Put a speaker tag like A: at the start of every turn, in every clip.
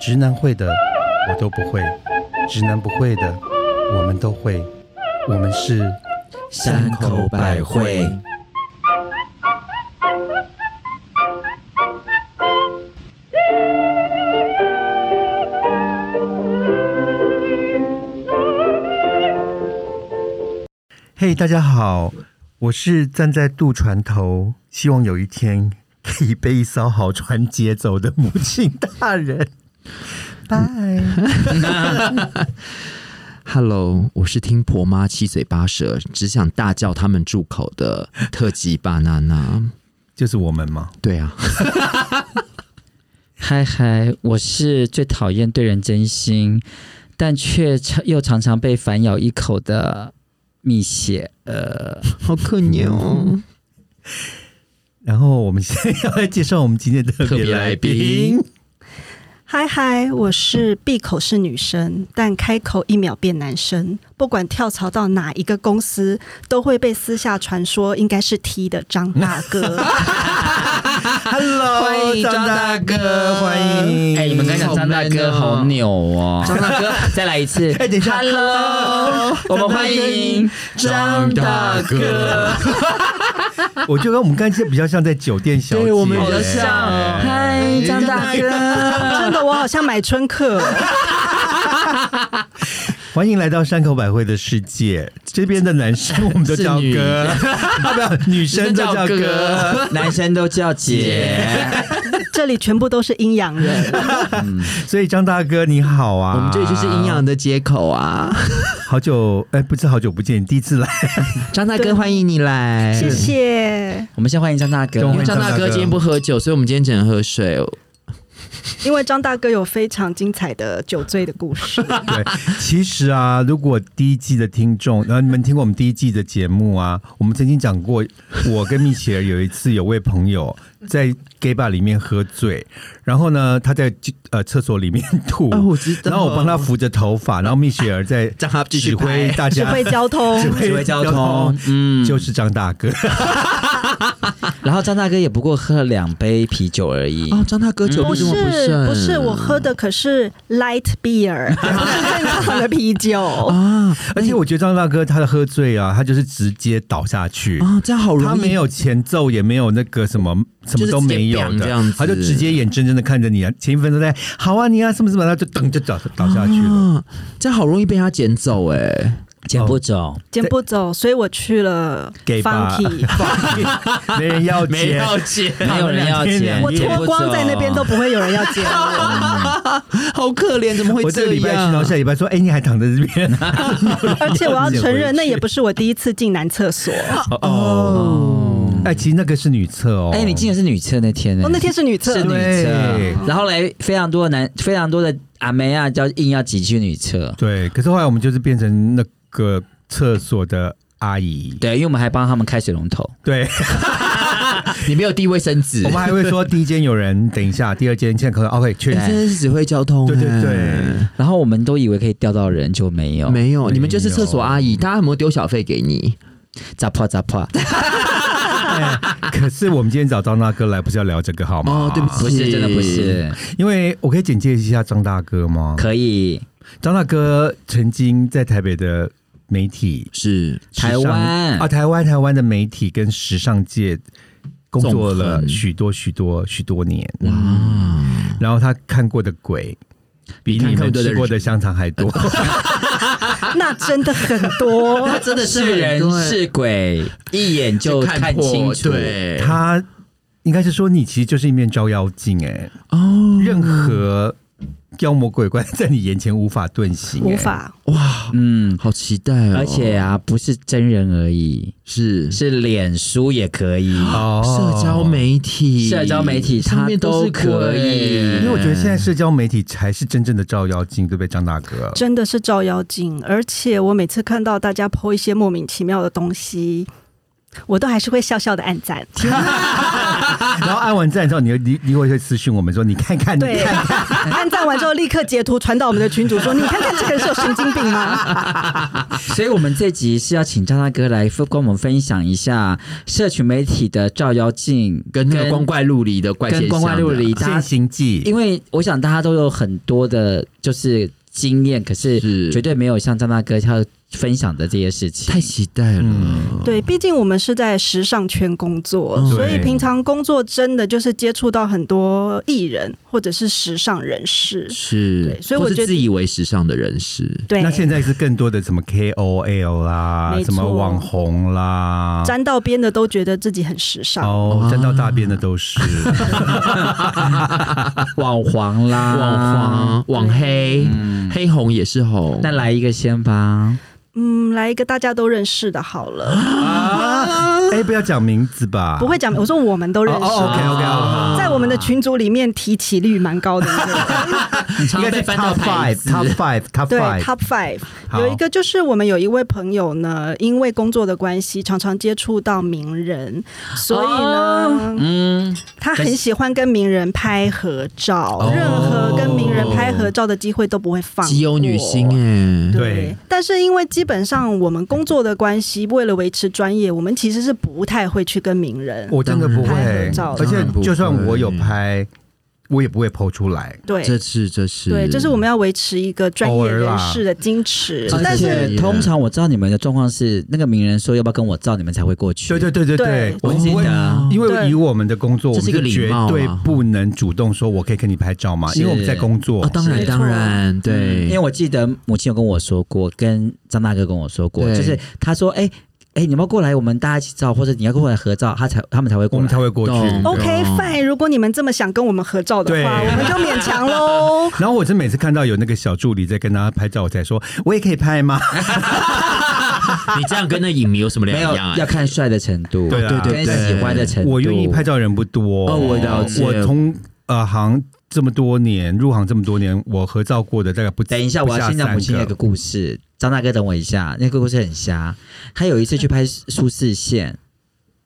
A: 直男会的我都不会，直男不会的我们都会，我们是
B: 山口百惠。
A: 嘿大家好，我是站在渡船头，希望有一天可以被一艘好船接走的母亲大人。 拜。
B: Hello，我是听婆妈七嘴八舌，只想大叫他们住口的特级巴娜娜。
A: 就是我们嘛，
B: 对啊，
C: 嗨嗨，我是最讨厌对人真心，但却常又常常被反咬一口的蜜雪。呃，
B: 好可怜
A: 嗯
B: 哦。
A: 然后我们现在要来介绍我们今天的特
B: 特
A: 别
B: 别
A: 来
B: 来
A: 宾
B: 宾。
D: 嗨嗨，我是闭口是女生，但开口一秒变男生。不管跳槽到哪一个公司，都会被私下传说应该是 T 的张大 哥。
A: Hello，
B: 欢迎张大哥
A: 欢迎。
C: 哎、你们刚才讲张大哥好扭哦， 张大哥，再来一 次。
A: 哎等一下
C: Hello，我们欢迎张大哥，，
A: 我觉得我们刚才比较像在酒店小姐，
C: 哎
B: 对我们比较
C: 像
A: 哎
C: 嗨，张大哥，
D: 真的，我好像买春课。
A: 欢迎来到山口百惠的世界，这边的男生我们都叫
B: 是女
A: 哥， 啊，不要，女生都叫哥。，
C: 男生都叫姐。
D: 这里全部都是阴阳人，
A: 所以张大哥你好啊，
B: 我们这里就是阴阳的接口啊。
A: 好久哎，不是好久不见，你第一次来，
B: 张大哥，欢迎你来，
D: 谢。谢。
C: 我们先欢迎张大哥，
A: 跟我
B: 因
A: 们
B: 为张大哥今天不喝酒，所以我们今天只能喝水。
D: 因为张大哥有非常精彩的酒醉的 故事，
A: 对，其实啊，如果第一季的听众，然后你们听过我们第一季的节目啊，我们曾经讲过，我跟蜜雪儿有一次有位朋友在 gay bar 里面喝醉，然后呢，他在呃厕所里面吐，
B: 哦我知道
A: 然后我帮他扶着头发，然后蜜雪儿在
B: 让他继续
A: 指挥
B: 拍
A: 大
D: 指
A: 家
D: 挥交通
A: 指。挥
C: 指挥交通，嗯，
A: 就是张大哥，
C: 然后张大哥也不过喝了两杯啤酒而已。
B: 哦，张大哥酒
D: 不
B: 力
D: 是
B: 这么盛，
D: 不是，我喝的可是 light beer，不 是正常的啤酒。
B: 啊
A: 而且我觉得张大哥他的喝醉啊，他就是直接倒下去。
B: 啊，这样好容易，
A: 他没有前奏，也没有那个什么，什么都没有
B: 就是
A: 的，
B: 直接砰这样子
A: 他就直接眼睁睁的看着你啊，前一分钟在好啊你啊什么什么，他就等就倒倒下去了。
B: 啊，这样好容易被他捡走哎、
C: 捡不走，
D: 捡不走，所以我去了
A: gay bar
D: funky。
A: 没人要接，
B: 捡，
C: 没有人要捡，
D: 我脱光在那边都不 会有人要接 我，
B: 好可怜，怎么会
A: 我这个礼拜去，然后下礼拜说，哎，你还躺在这边，
D: 而且我要承认，那也不是我第一次进男厕所。
B: 哦，
A: 哎，其实那个是女厕哦。
C: 哎、你竟然是女厕那天呢、
D: 哦，那天是女厕
C: 是，女
A: 对
C: 厕，然后来非常多的男，非常多的阿梅啊，叫硬要挤去女厕。
A: 对，可是后来我们就是变成那个厕所的阿姨，
C: 对，因为我们还帮他们开水龙头。
A: 对，
B: 你没有递卫生纸
A: 我们还会说第一间有人，等一下，第二间现在可能 OK 确
B: 你
A: 认
B: 真。的是指挥交通、
A: 对对
B: 哎
A: 对
C: 然后我们都以为可以钓到人，就没有。
B: 没有，
A: 有
B: 你们就是厕所阿姨，大家有没有丢小费给你？
C: 咋破咋破，
A: 哎可是我们今天找张大哥来，不是要聊这个好吗？
B: 哦，对不起，
C: 不是真的不，是，
A: 因为我可以简介一下张大哥吗？
C: 可以
A: 张大哥曾经在台北的媒体、
B: 是
A: 时尚
C: 台湾
A: 啊，台湾台湾的媒体跟时尚界工作
B: 纵
A: 了
B: 横
A: 许多许多许多年，
B: 啊，
A: 然后他看过的鬼。比你们
B: 看过的
A: 吃
B: 人
A: 过的香肠还多，
D: 那真的很 多。
C: 他真的是人是鬼，一眼就看清楚。
B: 对，
A: 他应该是说你其实就是一面照妖镜哎、
B: 哦，
A: 任何妖魔鬼怪在你眼前无法遁形、哎
D: 无，法，
B: 哇，
C: 嗯，
B: 好期待哦，
C: 而且啊，不是真人而已，
B: 是
C: 是脸书也可以。
A: 哦
B: 社交媒体，
C: 社交媒体
B: 上面
C: 它都
B: 是
C: 可以
B: 鬼
A: 因为我觉得现在社交媒体才是真正的照妖镜，对不对，张大哥？
D: 真的是照妖镜。而且我每次看到大家剖一些莫名其妙的东西，我都还是会笑笑的暗赞。
A: 然后按完赞之后，你你你会会私讯我们说，你看看，你
D: 对，
A: 看，
D: 按赞完之后立刻截图传到我们的群主说：“你看看这个人是有神经病吗
C: 所以，我们这集是要请张大哥来跟我们分享一下社群媒体的照妖镜
B: 跟那个光怪陆离的怪现
C: 跟
B: 象，
C: 光怪陆离，，大
A: 现
C: 家
A: 行记
C: 因为我想大家都有很多的，就是经验，可是
B: 是
C: 绝对没有像张大哥他分享的这些事情。
B: 太期待了。
A: 嗯？”
D: 对，毕竟我们是在时尚圈工作，
B: 嗯
D: 所以
A: 对
D: 平常工作真的就是接触到很多艺人或者是时尚人士。
B: 是
D: 对，所以我
B: 或是
D: 觉得
B: 自以为时尚的人士，
D: 对，
A: 那现在是更多的什么 KOL 啦
D: 没，
A: 什么
D: 错
A: 网红啦，
D: 沾到边的都觉得自己很时尚。
A: 哦，
B: 哇
A: 沾到大便的都 是。
C: 网黄啦，
B: 网黄、网黑、黑红也是红。
C: 那来一个先吧。
D: 嗯，来一个大家都认识的好 了，
A: 啊，哎，不要讲名字吧，哦
D: 不会讲。我说我们都认识，啊
A: OK，
D: 在我们的群组里面提起率蛮高的一个人。
B: 常常被翻到
A: top
B: 牌子
A: five，top five，top
D: 对
A: five，
D: Top Five
A: 好
D: 有一个就是我们有一位朋友呢，因为工作的关系，常常接触到名人，所以
C: 哦
D: 呢，
B: 嗯，
D: 他很喜欢跟名人拍合照，
A: 哦
D: 任何跟名人拍合照的机会都不会放过。
B: 基友女星哎、
A: 对
D: 对，但是因为基本上我们工作的关系，为了维持专业，我们其实是不太会去跟名人。
A: 我真的不
D: 拍
A: 会
D: 合照，啊
A: 而且就算我有
B: 当然不会
A: 拍，我也不会剖出来。
D: 对
B: 这次这次
D: 对，这是我们要维持一个专
A: 偶
D: 业
A: 尔啦
D: 人士的矜持
B: 而，
D: 但
B: 且
D: 是
C: 通常我知道你们的状况是，那个名人说要不要跟我照，你们才会过去。
A: 对对对对
D: 对
A: 我
C: 我记
A: 们会
C: 得
A: 因为
D: 对
A: 以我们的工作，我
B: 这是
A: 们
B: 一个
A: 就绝
B: 礼貌啊
A: 对不能主动说我可以跟你拍照吗？
C: 是
A: 因为我们在工作
B: 哦，，当然
D: 没错
B: 当然对，
C: 嗯因为我记得母亲有跟我说过，跟张大哥跟我说过，
B: 对
C: 就是他说，哎、哎、你们要过来，我们大家一起照，或者你要过来合照，他才他们才会
A: 我
C: 过
A: 们
C: 来
A: 才。会过去。
B: 懂
D: OK
B: 哦
D: fine，如果你们这么想跟我们合照的话，
A: 对
D: 我们就勉 强喽。
A: 然后我是每次看到有那个小助理在跟他拍照，我才说我也可以拍吗？
B: 你这样跟那影迷有什么
C: 没有
B: 两样、啊？
C: 要看帅的程度，
A: 对啊
B: 对对
C: 跟
B: 对
C: 喜欢的程度。
A: 我愿意拍照的人不多。
B: 哦我了解
A: 我从呃行这么多年，入行这么多年，我合照过的大概不止
C: 等一下，我要先讲母亲那个。故事。张大哥，等我一下，那个故事很瞎。他有一次去拍苏轼县，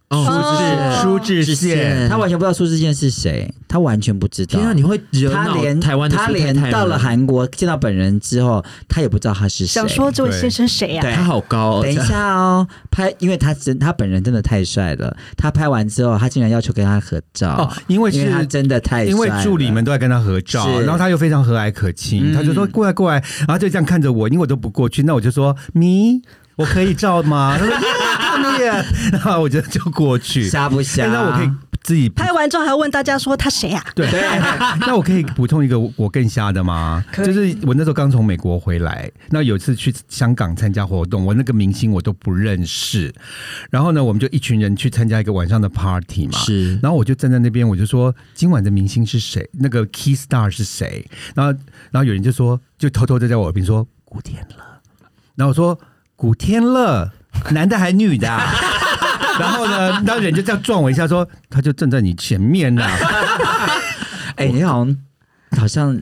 B: 哦，
D: 哦
A: 苏志
B: 志
A: 燮
B: 燮，
C: 他完全不知道苏轼县是谁，他完全不知道。
B: 天啊，你会惹
C: 他
B: 恼
C: 连
B: 台湾的
C: 他
B: 苏太
C: 连
B: 太
C: 到
B: 吗
C: 了韩国见到本人之后，他也不知道他是谁。
D: 想说这位先生谁啊呀、
C: 对
B: 他好高、哦，
C: 等一下哦，拍，因为他真他本人真的太帅了。他拍完之后，他竟然要求跟他合照，
A: 哦，因为
C: 因为他
A: 是。
C: 真的太帅了
A: 因为助理们都在跟他合照，
C: 是
A: 然后他又非常和蔼可亲，
C: 嗯
A: 他就说过来过来，然后就这样看着我，因为我都不过去，那我就说咪，我可以照吗？ 他说耶，看你耶，然后我就就过去。
C: 瞎不
A: 哎
C: 瞎？
A: 那我可以自己
D: 拍完之后还问大家说他谁啊呀、
A: 对，那我可以补充一个我我更瞎的吗？
D: 可以
A: 就是我那时候刚从美国回来，那有一次去香港参加活动，我那个明星我都不认识，然后呢，我们就一群人去参加一个晚上的 party 嘛，
B: 是
A: 然后我就站在那边，我就说今晚的明星是谁？那个 key star 是谁？然后，然后有人就说，就偷偷的在我耳边说古天乐。然后我说古天乐，男的还女的、啊？ 然后呢，那人就这样撞我一下说他就站在你前面呢、
C: 哎、你好像好像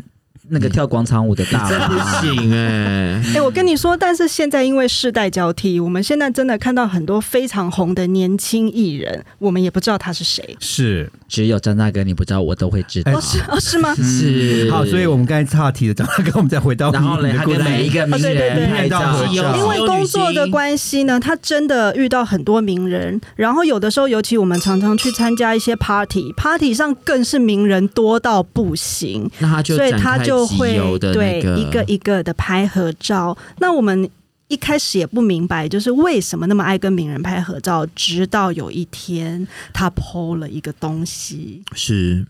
C: 那
A: 嗯
C: 个跳广场舞的大
B: 真不
C: 妈，
B: 行哎、
D: 哎、我跟你说，但是现在因为世代交替，我们现在真的看到很多非常红的年轻艺人，我们也不知道他是谁。
A: 是，
C: 只有张大哥你不知道，我都会知道。
A: 哎
D: 哦，是哦，是吗？
B: 是
A: 好，所以我们刚才岔题了，张大哥，我们再回到
C: 然后
A: 你啊
C: 嘞，
A: 的
C: 他
A: 故
C: 跟
A: 事
C: 每一个名
D: 哦对对对
C: 人拍照
A: 拍照
D: 因为工作的关系呢，他真的遇到很多名人，然后有的时候，尤其我们常常去参加一些 party，party 上更是名人多到不行。
B: 那他就
D: 所以
B: 展
D: 他
B: 开
D: 就
B: 集
D: 会
B: 邮的
D: 对
B: 那个
D: 一个一个的拍合照。那我们一开始也不明白，就是为什么那么爱跟名人拍合照，直到有一天他 PO 了一个东西，
B: 是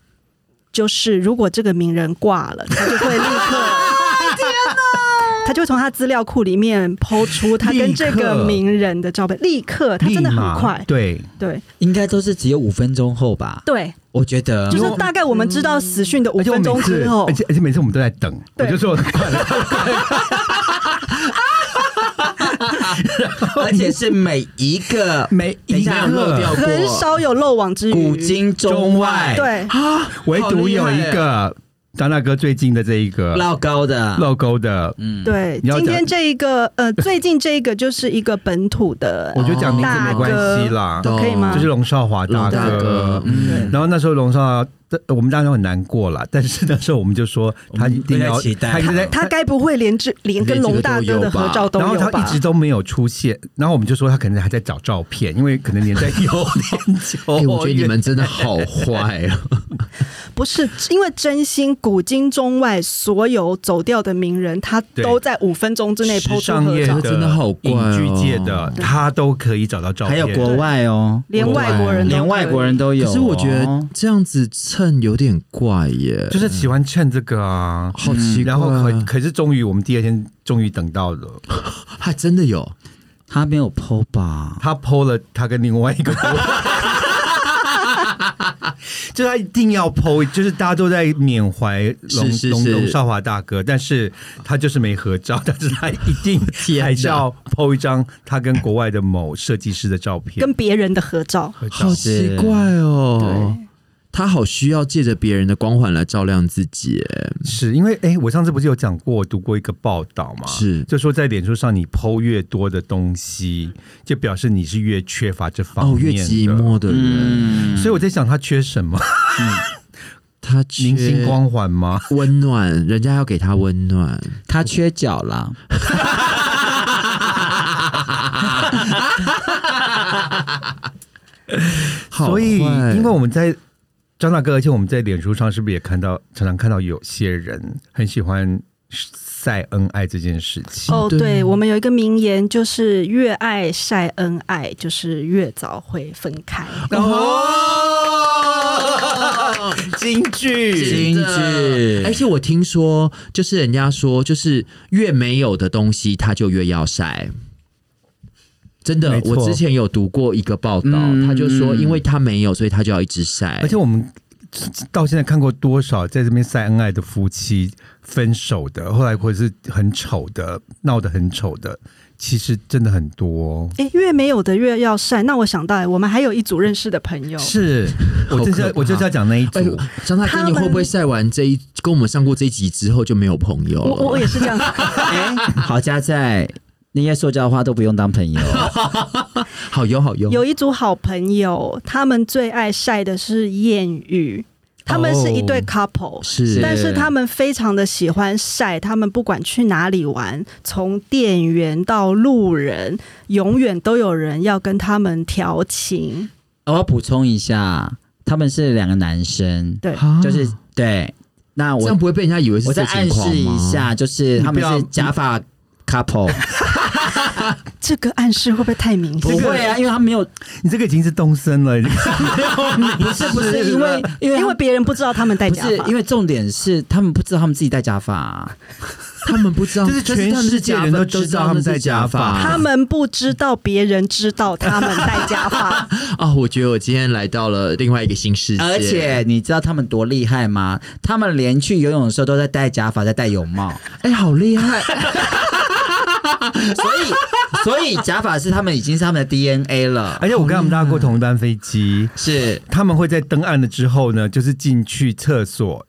D: 就是如果这个名人挂了，他就会立 刻。
B: 哎
D: 他就会从他资料库里面剖出他跟这个名人的照片，立刻，他真的
A: 立马
D: 很快，
A: 对，
D: 对
C: 应该都是只有五分钟后吧？
D: 对，
C: 我觉得
B: 嗯
D: 就是 大概我们知道死讯的五
A: 而且我
D: 分钟
A: 每次
D: 之，后
A: 而，且而且每次我们都在等，我
D: 对
A: 就说快 了，
C: 而且是每一个
A: 每一
C: 等下漏掉
A: 个，
C: 过
D: 很少有漏网之鱼。
C: 古今中外，
D: 对，
A: 唯独有一个张大哥最近的这一个
B: 老高的，
A: 漏沟的，
B: 嗯，
D: 对，
A: 你要
D: 今
A: 讲
D: 天这一个 呃，最近这一个就是一个本土的
A: 我觉得讲名字
D: 哦大
A: 没关
D: 哥
A: 系啦，
B: 懂
D: 可以吗
A: 就是龙少华
B: 老大哥，嗯，
A: 然后那时候龙少，我们当然很难过了，但是那时候我们就说他一定
B: 我
A: 要
B: 们期，待
A: 他一直在
D: 他该不会连这连跟龙大哥的合照都
A: 然后
D: 有
A: 他一
D: 吧？
A: 直都没有出现，然后我们就说他可能还在找照片，因为可能年 代有点久。
B: 哎，我觉得你们真的 好坏哦，
D: 不是，因为真心古今中外所有走掉的名人，他都在五分钟之内
A: 时
D: 抛出
A: 尚
D: 合
A: 业
D: 照
A: 的、
B: 真的好怪哦
A: 影剧界
D: 嗯
A: 的他都可以找到照片，
C: 还有国外哦，
D: 连外国人都
C: 连外国人都有哦、
B: 可是我觉得这样子蹭有点怪耶，
A: 就是喜欢趁这个啊。
B: 好奇怪
A: 然
B: 啊，
A: 后可可是终于我们第二天终于等到了，
B: 还真的有，
C: 他没有 PO 吧？
A: 他 PO 了他跟另外一 个就他一定要 PO，就是大家都在缅怀龙
B: 是是
A: 龙
B: 是
A: 龙少华大哥，但是他就是没合照，但是他一定
B: 哪
A: 还是要 PO 一张他跟国外的某设计师的照片
D: 跟。别人的合照，
A: 合照
B: 好奇怪哦。他好需要借着别人的光环来照亮自己耶，
A: 是因为哎、我上次不是有讲过，我读过一个报道嘛，
B: 是
A: 就说在脸书上你 PO 越多的东西，就表示你是越缺乏这方
B: 哦，
A: 面
B: 越
A: 的。
B: 寂寞的人，
C: 嗯，
A: 所以我在想，他缺什么？
B: 他缺
A: 明星光环吗？
B: 温暖，人家要给他温暖。
C: 他缺脚 啦。
B: 好
A: 所以，
B: 坏
A: 因为我们在张大哥，而且我们在脸书上是不是也看到，常常看到有些人很喜欢晒恩爱这件事情？
D: 哦，
B: 对
D: 对，我们有一个名言，就是越爱晒恩爱，就是越早会分开。
A: 哦，京剧
B: 真的
C: 京剧
B: 而且我听说，就是人家说，就是越没有的东西，他就越要晒。真的
A: 没，错
B: 我之前有读过一个报道，
C: 嗯
B: 他就说，
C: 嗯
B: 因为他没有，所以他就要一直晒。
A: 而且我们到现在看过多少在这边晒恩爱的夫妻分手的，后来或者是很丑的，闹得很丑的，其实真的很多。
D: 哎，越没有的越要晒。那我想到，我们还有一组认识的朋友，
A: 是我
B: 好
A: 就是
B: 可
A: 要
B: 怕
A: 我就是要讲那一
B: 哎
A: 组
B: 呦，张大哥，
D: 他
B: 你
D: 们
B: 会不会晒完这一跟我们上过这一集之后就没有朋友
D: 我我我
B: 了？
D: 也是这样，
C: 哎，好家在那些塑胶花都不用当 朋友，
B: 好油好油，
D: 有一组好朋友，他们最爱晒的是艳遇，他们是一对
A: 哦
D: couple，、
B: 是
D: 但是他们非常的喜欢晒，他们不管去哪里玩，从店员到路人，永远都有人要跟他们调情。
C: 我要补充一下，他们是两个男生，
D: 对，
B: 啊
C: 就是对。那
B: 这
C: 我
B: 样不会被人家以为是
C: 我再
B: 色情
C: 暗
B: 狂
C: 示一
B: 吗
C: 下，就是他
A: 你
C: 们
A: 不
C: 是
A: 要
C: 假发 couple，
D: 这个暗示会不会太明
C: 不
D: 显？
C: 会啊，因为他没有，
A: 你这个已经是东森了，
C: 不 是啊不是，因为因为
D: 因
C: 他
D: 为
C: 们
D: 别人不知道他们戴
C: 不
D: 假
C: 是
D: 发，
C: 因为重点是他们不知道他们自己戴假发啊，
B: 他们不知道，
A: 就是全世界人都知道他们在假发
D: 他们不知道别人知道他们戴假发。
B: 啊、我觉得我今天来到了另外一个新世界，
C: 而且你知道他们多厉害吗？他们连去游泳的时候都在戴假发，在戴泳帽，
B: 哎、好厉害！
C: 所以所以假发是他们已经是他们的 DNA 了，
A: 而且我跟他们搭过同一班飞机，
C: 是
A: 他们会在登岸了之后呢，就是进去厕所，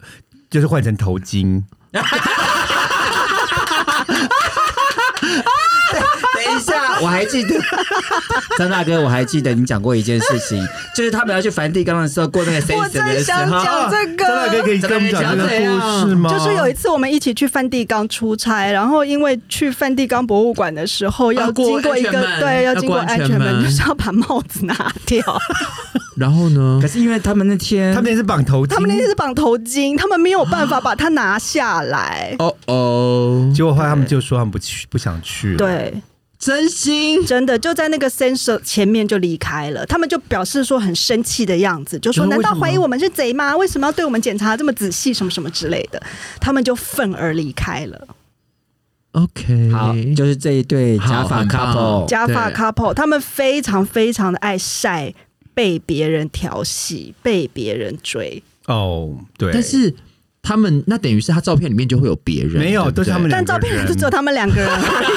A: 就是换成头巾。
C: 等一下，我还记得 张大哥，我还记得你讲过一件事情，就是他们要去梵蒂冈的时候过那个 s e
D: 我
C: n
D: 在
C: 的时
D: 想
C: 候，
A: 啊
D: 讲哦这
A: 张大哥
D: 个。
A: 可以跟我们讲这个故事吗？
D: 就是有一次我们一起去梵蒂冈出差，然后因为去梵蒂冈博物馆的时候
B: 要
D: 要
B: 过
D: 经过一个
B: 安全门
D: 对，
B: 要
D: 要经过
B: 过安
D: 安
B: 全
D: 全门，
B: 门
D: 就是要把帽子拿掉。
B: 然后呢。
C: 可？是因为他们那天
A: 他们也是绑头巾，
D: 他 们那天是绑头巾，他们没有办法把它拿下来
B: 哦哦，
A: 结果后来他们就说他们不去，不想去。，
D: 对，
B: 真心
D: 真的就在那个 sensor 前面就离开了，他们就表示说很生气的样子，就说
A: 就是为
D: 难
A: 什么
D: 道怀疑我们是贼吗？为什么要对我们检查这么仔细，什么什么之类的，他们就愤而离开了。
B: OK，
C: 好，就是这一对假
B: 哎好
C: 发
B: 很棒
C: couple，
D: 假发
B: 对
D: couple 他们非常非常的爱晒被别人调戏、被别人追，
A: 哦，对，
B: 但 是他们那等于是他照片里面就会有别人，
A: 没有
B: 对不
A: 都
B: 对
A: 是他们两个人
D: 但照片上就只有他们两个人而已。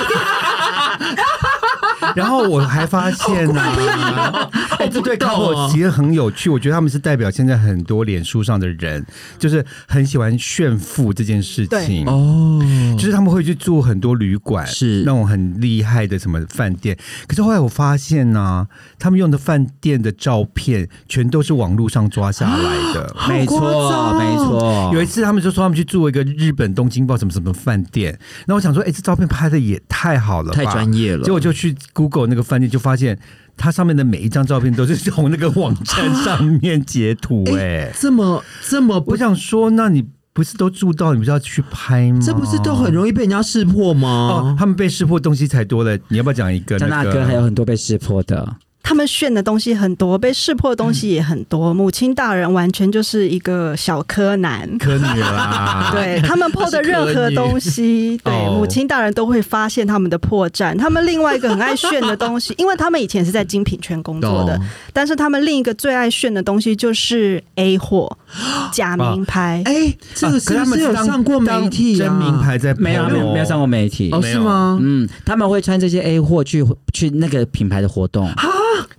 A: 然后我还发现呢、啊，哎这对
D: 哦
A: couple 其实很有趣，我觉得他们是代表现在很多脸书上的人，就是很喜欢炫富这件事情。
B: 哦，
A: 就是他们会去住很多旅馆，
B: 是
A: 那种很厉害的什么饭店。可是后来我发现呢、他们用的饭店的照片全都是网络上抓下来的。
B: 没错，没错，
A: 有一次他们就说他们去住一个日本东京报什么什么饭店，那我想说，哎、这照片拍的也太好了吧，
B: 太专业了
A: 结果就去 Google 那个饭店，就发现它上面的每一张照片都是从那个网站
B: 啊
A: 上面截图、哎、
B: 这么这么不
A: 我，想说，那你不是都住到，你不是要去拍吗？
B: 这不是都很容易被人家识破
A: 哦
B: 吗？，
A: 他们被识破东西才多了。你要不要讲一个、
C: 张
A: 那
C: 大
A: 个？
C: 哥还有很多被识破的，
D: 他们炫的东西很多，被识破的东西也很多。母亲大人完全就是一个小柯 南，
A: 科女啊啦，
D: 对他们破的任何 东西，对
A: 哦
D: 母亲大人都会发现他们的破绽。他们另外一个很爱炫的东西， 因为他们以前是在精品圈工作
A: 哦
D: 的
B: 懂，
D: 但是他们另一个最爱炫的东西就是 A 货假名牌。
B: 哎，这个
A: 啊可
B: 是
A: 他
B: 不
A: 们
B: 是有
A: 当
B: 上过媒体啊？
A: 当真名牌在
C: 没有没有没有上
A: 过。
C: 过媒体。
B: 哦，
A: 没
B: 是
A: 有
B: 吗？
C: 嗯，他们会穿这些 A 货去去那个品牌的活动，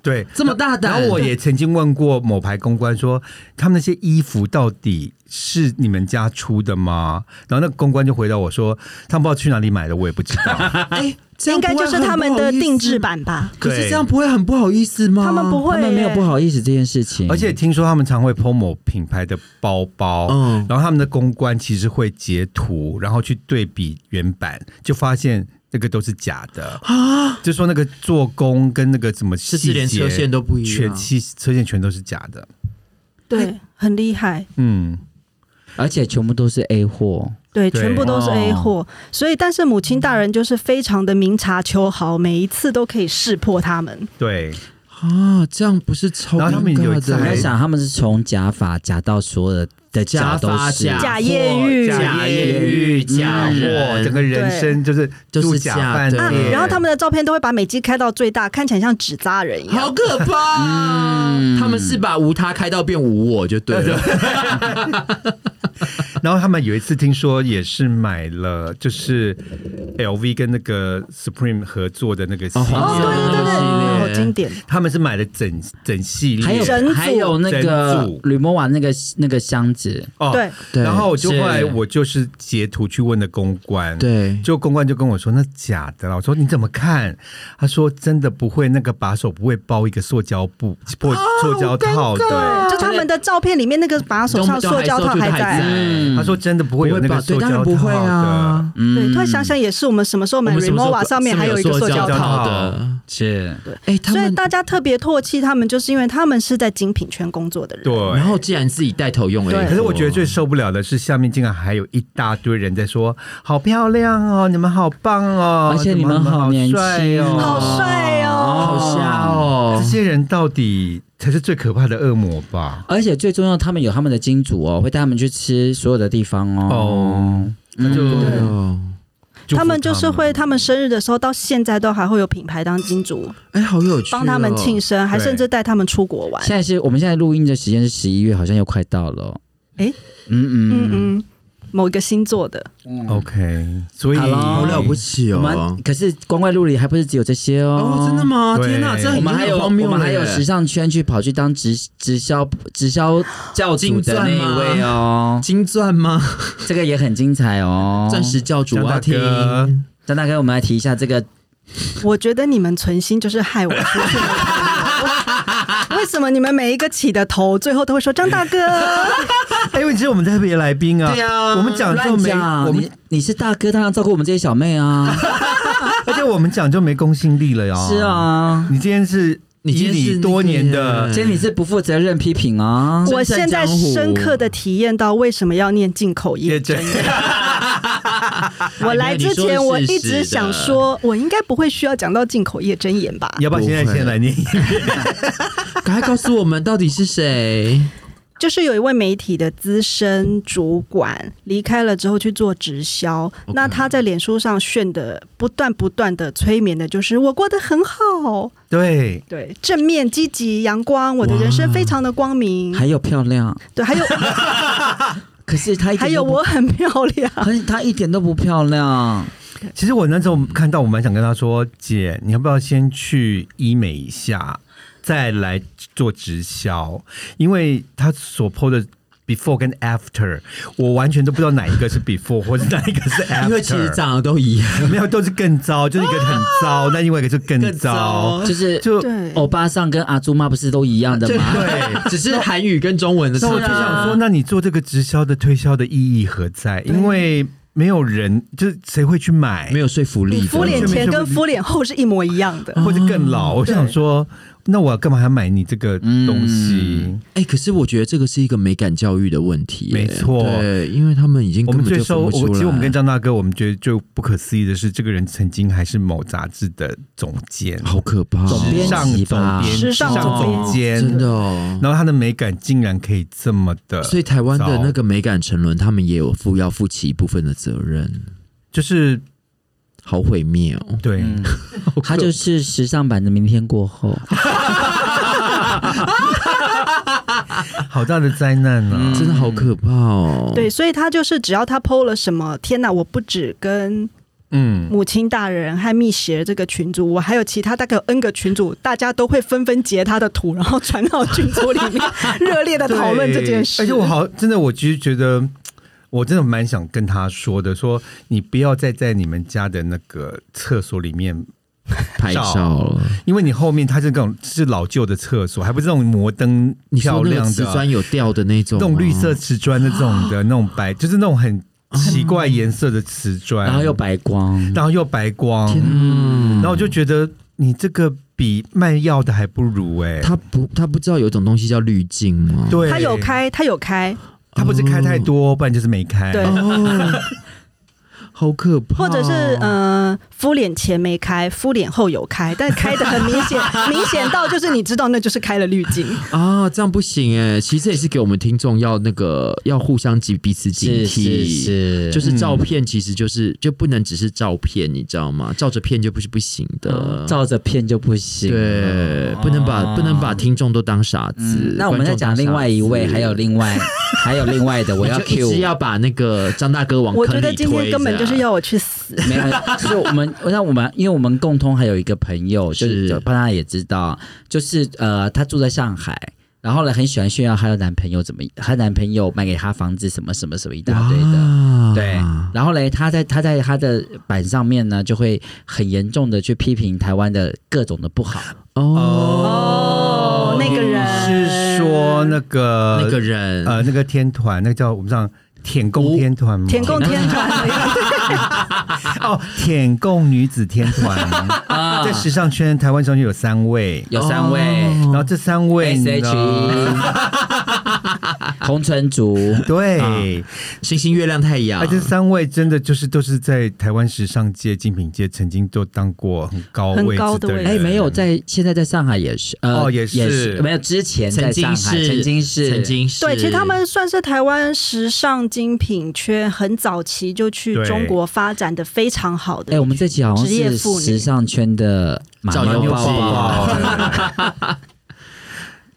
A: 对，
B: 这么大胆
A: 然后我也曾经问过某牌公关说，他们那些衣服到底是你们家出的吗？然后那个公关就回答我说，他们不知道去哪里买的，我也不知道。
B: 哎，这样
D: 应
B: 不会
D: 该就是他们
B: 很
D: 的
B: 不好意思啊
D: 定制。版吧，
B: 可是
A: 对
B: 这样不会很不好意思吗？
D: 他们不会
C: 他
D: 耶，
C: 们没有不好意思这件事
B: 嗯
C: 情。
A: 而且听说他们常会 PO 某品牌的包包，
B: 嗯
A: 然后他们的公关其实会截图，然后去对比原版，就发现那个都是假的啊！就说那个做工跟那个怎么细
B: 甚
A: 节，
B: 至连车线都不一
A: 全
B: 样。
A: 期车线全都是假的。
B: 哎
D: 对，很厉害。
A: 嗯，
C: 而且全部都是 A 货，
D: 对，
A: 对
D: 全部
B: 哦
D: 都是 A 货，所以但是母亲大人就是非常的明察秋毫，每一次都可以识破他们。
A: 对，
B: 啊，这样不是超
A: 然后他们
B: 尴尬
A: 有一
B: 的
A: 次
C: 我
A: 还
C: 在想他们是从假发假到所有的的假都
B: 发
C: 是
D: 假
B: 货
D: 艳遇
B: 假艳遇、假
A: 货，嗯整
B: 货，
A: 个人生就是
B: 都是
A: 住假
B: 假
A: 饭
B: 的
A: 店、
D: 啊，然后他们的照片都会把美肌开到最大，看起来像纸扎人一样
B: 好。可怕！他们是把无他开到变无我就对了。
A: 然后他们有一次听说也是买了，就是 LV 跟那个 Supreme 合作的那个系列，
B: 好
D: 哦，对对对对，好经典。
A: 他们是买了整整系列，
C: 还
D: 整
C: 有
D: 组
C: 还有那
A: 整
C: 个
A: 组
C: 吕莫瓦那个那个箱子，
A: 哦
D: 对
B: 对
A: 然后我就是后来我就是截图去问的公关，，
B: 对，
A: 就公关就跟我说那假的啦，我说你怎么看？他说真的不会，那个把手不会包一个塑胶布破
B: 哦
A: 塑胶套的。
D: 就他们的照片里面那个把手上塑胶套还在。啊
A: 他说真的不会有那
B: 吧
A: 个
B: 对，
A: 塑胶
B: 当
A: 套
B: 然
A: 的，
B: 不会啊。
D: 对，突然想想也是，我们什么时候
B: 我
D: 买
B: 们什么时候
D: Remova 上面还有一个
B: 塑
D: 塑胶
A: 套
D: 套？
B: 的？
C: 嗯是
B: 哎，他
D: 所以
B: 们
D: 大家特别唾弃他们，就是因为他们是在精品圈工作的人。
A: 对，
B: 然后既然自己带头用，哎
D: 对
A: 可是我觉得最受不了的是，下面竟然还有一大堆人在说：“好漂亮哦，你们好棒哦，
C: 而且你们好
A: 好
C: 年
A: 帅
C: 轻哦
A: 哦。
D: 好帅哦！
B: 好瞎
A: 这
B: 哦。
A: 些人到底才是最可怕的恶魔吧？
C: 而且最重要，他们有他们的金主哦，会带他们去吃所有的地方哦
A: 哦。
C: 嗯
A: 那就
B: 对哦，
A: 祝福
D: 他们就是会，他们生日的时候到现在都还会有品牌当金主，
B: 哎，好有趣哦，
D: 帮他们庆生，还
A: 对
D: 甚至带他们出国玩。
C: 现在是我们现在录音的时间是十一月，好像又快到了。
D: 诶嗯
C: 嗯嗯嗯，
D: 嗯，某一个星座的，
A: OK，所以
C: 好咯
B: 嗯好了不起
C: 我
B: 哦。
C: 们可是光怪陆离还不是只有这些哦
B: 哦，，真的？吗？
A: 对
B: 天哪，这
A: 那
B: 很
C: 我们还有我
B: 荒谬
C: 们还有
B: 耶
C: 时尚圈去跑去当直直销直销教主的那一位哦，
B: 金钻吗？
C: 这个也很精彩哦。
B: 钻石教主啊
A: 张
B: 我
A: 大
B: 要听。
A: 哥，
C: 张大哥，我们来提一下这个
D: 我觉得你们存心就是害我出去没朋友。为什么你们每一个起的头，最后都会说张大哥？
A: 哎，因为你是我们的特别来宾啊，
B: 对啊
A: 我们讲就
C: 乱
A: 没，
C: 讲，
A: 我们
C: 啊你你是大哥，当然照顾我们这些小妹啊。
A: 而且我们讲就没公信力了呀。
C: 是，啊，
A: 你今天是
B: 你今天是
A: 以
B: 那个
A: 多年的
B: 嗯
C: 所以你是不负责任批评啊。
D: 我现在深刻的体验到为什么要念进口业。
A: 真。
D: 我来之前，我一直想
B: 哎没有你说的是的
D: 说，我应该不会需要讲到进口业真言吧？
A: 要不要现在
B: 不会
A: 先来念一 遍？
B: 赶快告诉我们到底是谁？
D: 就是有一位媒体的资深主管离开了之后去做直销
B: OK
D: 那他在脸书上炫的不断不断的催眠的就是我过得很好，
A: 对，
D: 对，正面积极阳光，我的人生非常的光明，
C: 还有漂亮，
D: 对，还有
C: 可是她一点
D: 还有
C: 都不
D: 我很漂亮，
C: 可是她一点都不漂亮。
A: 其实我那时候看到，我蛮想跟他说：“姐，你要不要先去医美一下，再来做直销？因为他所 PO 的 before 跟 after，我完全都不知道哪一个是 before 或者哪一个是 after。
B: 因为其实长得都一样，
A: 没有都是更糟，就是一个很糟，那另外一个就更
B: 更
A: 糟
B: 糟。
C: 就是哦
A: 就
D: 对，
C: 欧巴桑跟阿朱妈不是都一样的吗？
A: 对，啊
B: 只是韩语跟中文的
A: 那
B: 差
A: 我
B: 别。
A: 就想说，那你做这个直销的推销的意义何在？因为没有人，就是谁会去买
B: 没？有说服力
D: 你
B: 的，
D: 敷脸前跟敷脸后是一模一样的。
A: 或者更老？我想说，那我干嘛还买你这个东西？
B: 哎、可是我觉得这个是一个美感教育的问题耶，
A: 没错
B: 对，因为他们已经
A: 我
B: 根
A: 们
B: 本
A: 最
B: 就
A: 受
B: 分
A: 我
B: 不出来。
A: 其实我们跟张大哥，我们觉得就不可思议的是，这个人曾经还是某杂志的总监，
B: 好可怕哦、
C: 总
A: 时
C: 编
A: 尚
C: 辑
A: 总
C: 吧
A: 编、
D: 时尚
A: 总
D: 总
A: 监，
B: 真的哦。
A: 然后他的美感竟然可以这么的，
B: 所以台湾的
A: 糟
B: 那个美感沉沦，他们也有负要负起一部分的责任，
A: 就是
B: 好毁灭哦！
A: 对，
C: 嗯，他就是时尚版的明天过后，
A: 好大的灾难啊呢、
B: 真的好可怕哦！
D: 对，，所以他就是只要他 PO 了什么，天哪！我不止跟
A: 嗯，
D: 母亲大人和蜜雪儿这个群组，我还有其他大概有 N 个群组，大家都会纷纷截他的图，然后传到群组里面，热烈的讨论这件事。
A: 而且我好真的，我其实觉得。我真的蛮想跟他说的，说你不要再在你们家的那个厕所里面，
B: 拍照了。
A: 因为你后面它是那种是老旧的厕所，还不是那种摩登
B: 你
A: 漂
B: 说那
A: 亮
B: 个瓷
A: 的啊、
B: 砖有掉的那种
A: 那
B: 吗，
A: 种绿色瓷砖那种
C: 啊
A: 的，那种白，就是那种很奇怪颜色的瓷砖，
C: 然后又，白光，
A: 然后又白光，嗯
B: 天啊，
A: 然后我就觉得你这个比卖药的还不如哎、
B: 他不，他不知道有一种东西叫滤镜吗？
A: 对，
D: 他有，
C: 嗯
D: 开，他有开，
A: 他不是开太多，不然就是没开，
D: 对
B: 哦，好可怕哦、
D: 或者是呃，敷脸前没开，敷脸后有开，但开的很明显，明显到就是你知道那就是开了滤镜。
B: 啊，这样不行哎，其实这也是给我们听众要那个要互相警彼此警
C: 是
B: 惕。
C: 是是，
B: 就是是照片，其实就是、就不能只是照片，你知道吗？照着片就不是不行的，
C: 哦嗯照着骗就不行了。哦
B: 对，不能把、不能把听众都当傻子。
C: 嗯那我们再讲另外一位，还有
B: 另
C: 另 外还有另外的，我要
B: 就一
C: Q
B: 直。要把那个张大哥往
D: 我
B: 坑
D: 觉
B: 里推。
D: 得今天根本就是要我去死。
C: 没有，是我们那我们，因为我们共通还有一个朋友，就是
B: 是
C: 就大家也知道，就是呃，她住在上海，然后呢很喜欢炫耀她的男朋友怎么，她男朋友买给她房子什么什么什么一大堆的。
B: 的
C: 对，然后嘞，她在她在她的板上面呢，就会很严重的去批评台湾的各种的不好。
D: 哦，那个人
A: 是说那个
B: 那个人，
A: 呃那个天团，那个叫我们讲舔共天团吗？
D: 舔共天团的
A: 哦，舔共女子天团，
C: 啊
A: 在时尚圈台湾中有三位，
C: 有三位
A: 然后这三位
C: 嗯 S
A: 呢
C: H E，红唇族，
A: 对，
C: 啊
B: 星星、月亮、太阳，
A: 而且三位真的就是都是在台湾时尚界、精品界曾经都当过很高
D: 很
A: 位
D: 高
A: 置
D: 的
A: 的
D: 位
A: 人。
D: 置
C: 哎，没 有，在现在在上海也是，呃，
A: 哦也是
C: 没有之前在
B: 曾
C: 上
B: 经
C: 海，
B: 是
C: 曾经是，
B: 曾经是，
D: 对，其实他们算是台湾时尚精品圈很早期就去
A: 对
D: 中国发展的非常好的。
C: 哎，我们这期好像
D: 职业
C: 是
D: 妇女
C: 时尚圈的马
B: 赵
C: 妞
B: 又
C: 宝
B: 宝
C: 宝，
A: 爆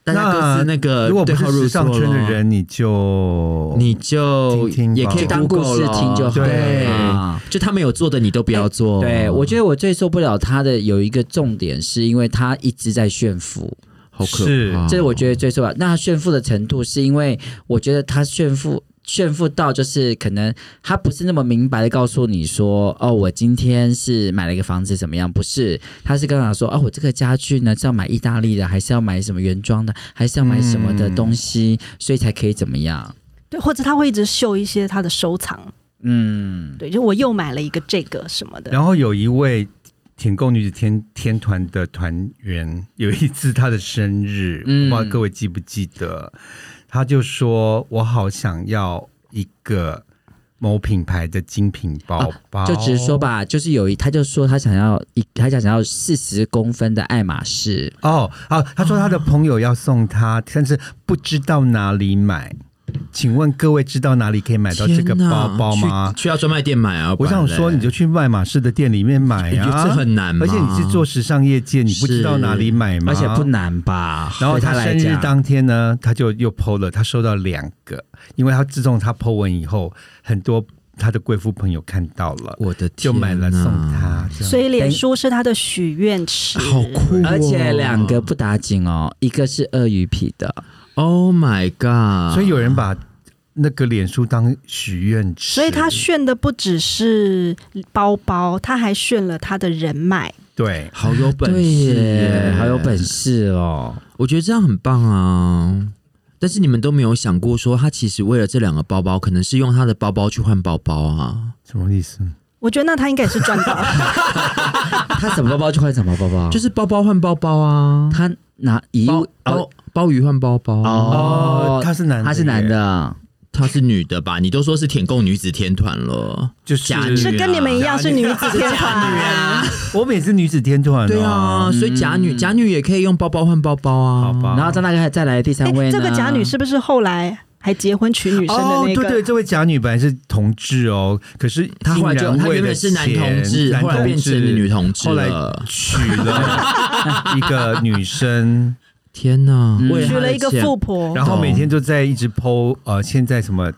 B: 大家各自那个
A: 如果不
B: 对号
A: 是
B: 入
A: 时尚
B: 座
A: 圈的
B: 咯，
A: 人，你就
B: 你就
A: 听听吧
B: 也可以
A: 就
C: 当故
B: Google
C: 事
B: 咯
C: 听就好了
B: 对
C: 啊，
B: 就他们有做的，你都不要做。
C: 对，我觉得我最受不了他的有一个重点，是因为他一直在炫富，
B: 好可
A: 是
B: 怕，
C: 这是我觉得最受不了。那他炫富的程度，是因为我觉得他炫富。炫富到就是可能他不是那么明白的告诉你说，哦，我今天是买了一个房子怎么样？不是，他是跟我讲说，哦，我这个家具呢是要买意大利的，还是要买什么原装的，还是要买什么的
A: 嗯
C: 东西，所以才可以怎么样？
D: 对，或者他会一直秀一些他的收藏，
C: 嗯，
D: 对，就我又买了一个这个什么的。
A: 然后有一位舔共女子天天团的团员，有一次她的生日，
C: 嗯
A: 我不知道各位记不记得，她就说：“我好想要一个某品牌的精品包包。
C: 就直说吧，就是有一，他就说他想要一，他想要四十公分的爱马仕，
A: 哦，好，她说她的朋友要送她，但是不知道哪里买。请问各位知道哪里可以买到这个
B: 天哪
A: 包包吗？
B: 去去到专卖店买啊！
A: 我想说，你就去爱马仕的店里面买
B: 哎呀，
A: 啊，
B: 这很难吗，
A: 而且你是做时尚业界，你不知道哪里买吗？
C: 而且不难吧？
A: 哎然后
C: 对
A: 他
C: 他
A: 生
C: 来
A: 日
C: 讲
A: 当天呢，他就又 PO 了，他收到两个，因为他自从他 PO 文以后，很多她的贵妇朋友看到了，
B: 我的
A: 就
B: 天，
A: 买来送，她。这样
D: 所以脸书是他的许愿池，
B: 好酷、哦！
C: 而且两个不打紧哦，一个是鳄鱼皮的，
B: ，Oh my god！
A: 所以有人把那个脸书当许愿池，
D: 所以他炫的不只是包包，他还炫了他的人脉。
A: 对
B: 好有本
C: 对
B: 事
C: 耶
B: 耶，，
C: 好有本事哦。
B: 我觉得这样很棒啊！但是你们都没有想过，说他其实为了这两个包包，可能是用他的包包去换包包啊。
A: 什么意思？
D: 我觉得那他应该也是赚到了，
C: 他什么包包就换什么包包，
B: 就是包包换包包啊，
C: 他拿遗
B: 包
C: 物
A: 呃
C: 哦
B: 包包鱼换包包
C: 哦
A: 他是男，
C: 他是男，的，
B: 她是女的吧？你都说是舔供女子天团了，
A: 就是啊
B: 假女
D: 是跟你们一样是女
B: 啊
D: 啊子天 团。
A: 我们也是女子天团、哦，
B: 对啊，所以假女假女也可以用包包换包包啊。
A: 嗯好吧。
C: 然后张大哥再来第三位呢，
D: 哎，这个假女是不是后来还结婚娶女生的那
A: 哦，对对，
D: 个？
A: 这位假女本来是同志哦，可是
B: 她后来就
A: 竟然
B: 她
A: 为
B: 原
A: 了
B: 本是男
A: 钱
B: 同志
A: 男
B: 后来
A: 同
B: 变成
A: 志
B: 女同志
A: 后来
B: 了
A: 娶了一 个女生，
B: 天哪，
C: 嗯
B: 为
D: 娶
B: 她的
D: 了一个
B: 钱
D: 富婆，
A: 然后每
B: 懂
A: 天都在一直剖呃，现在什么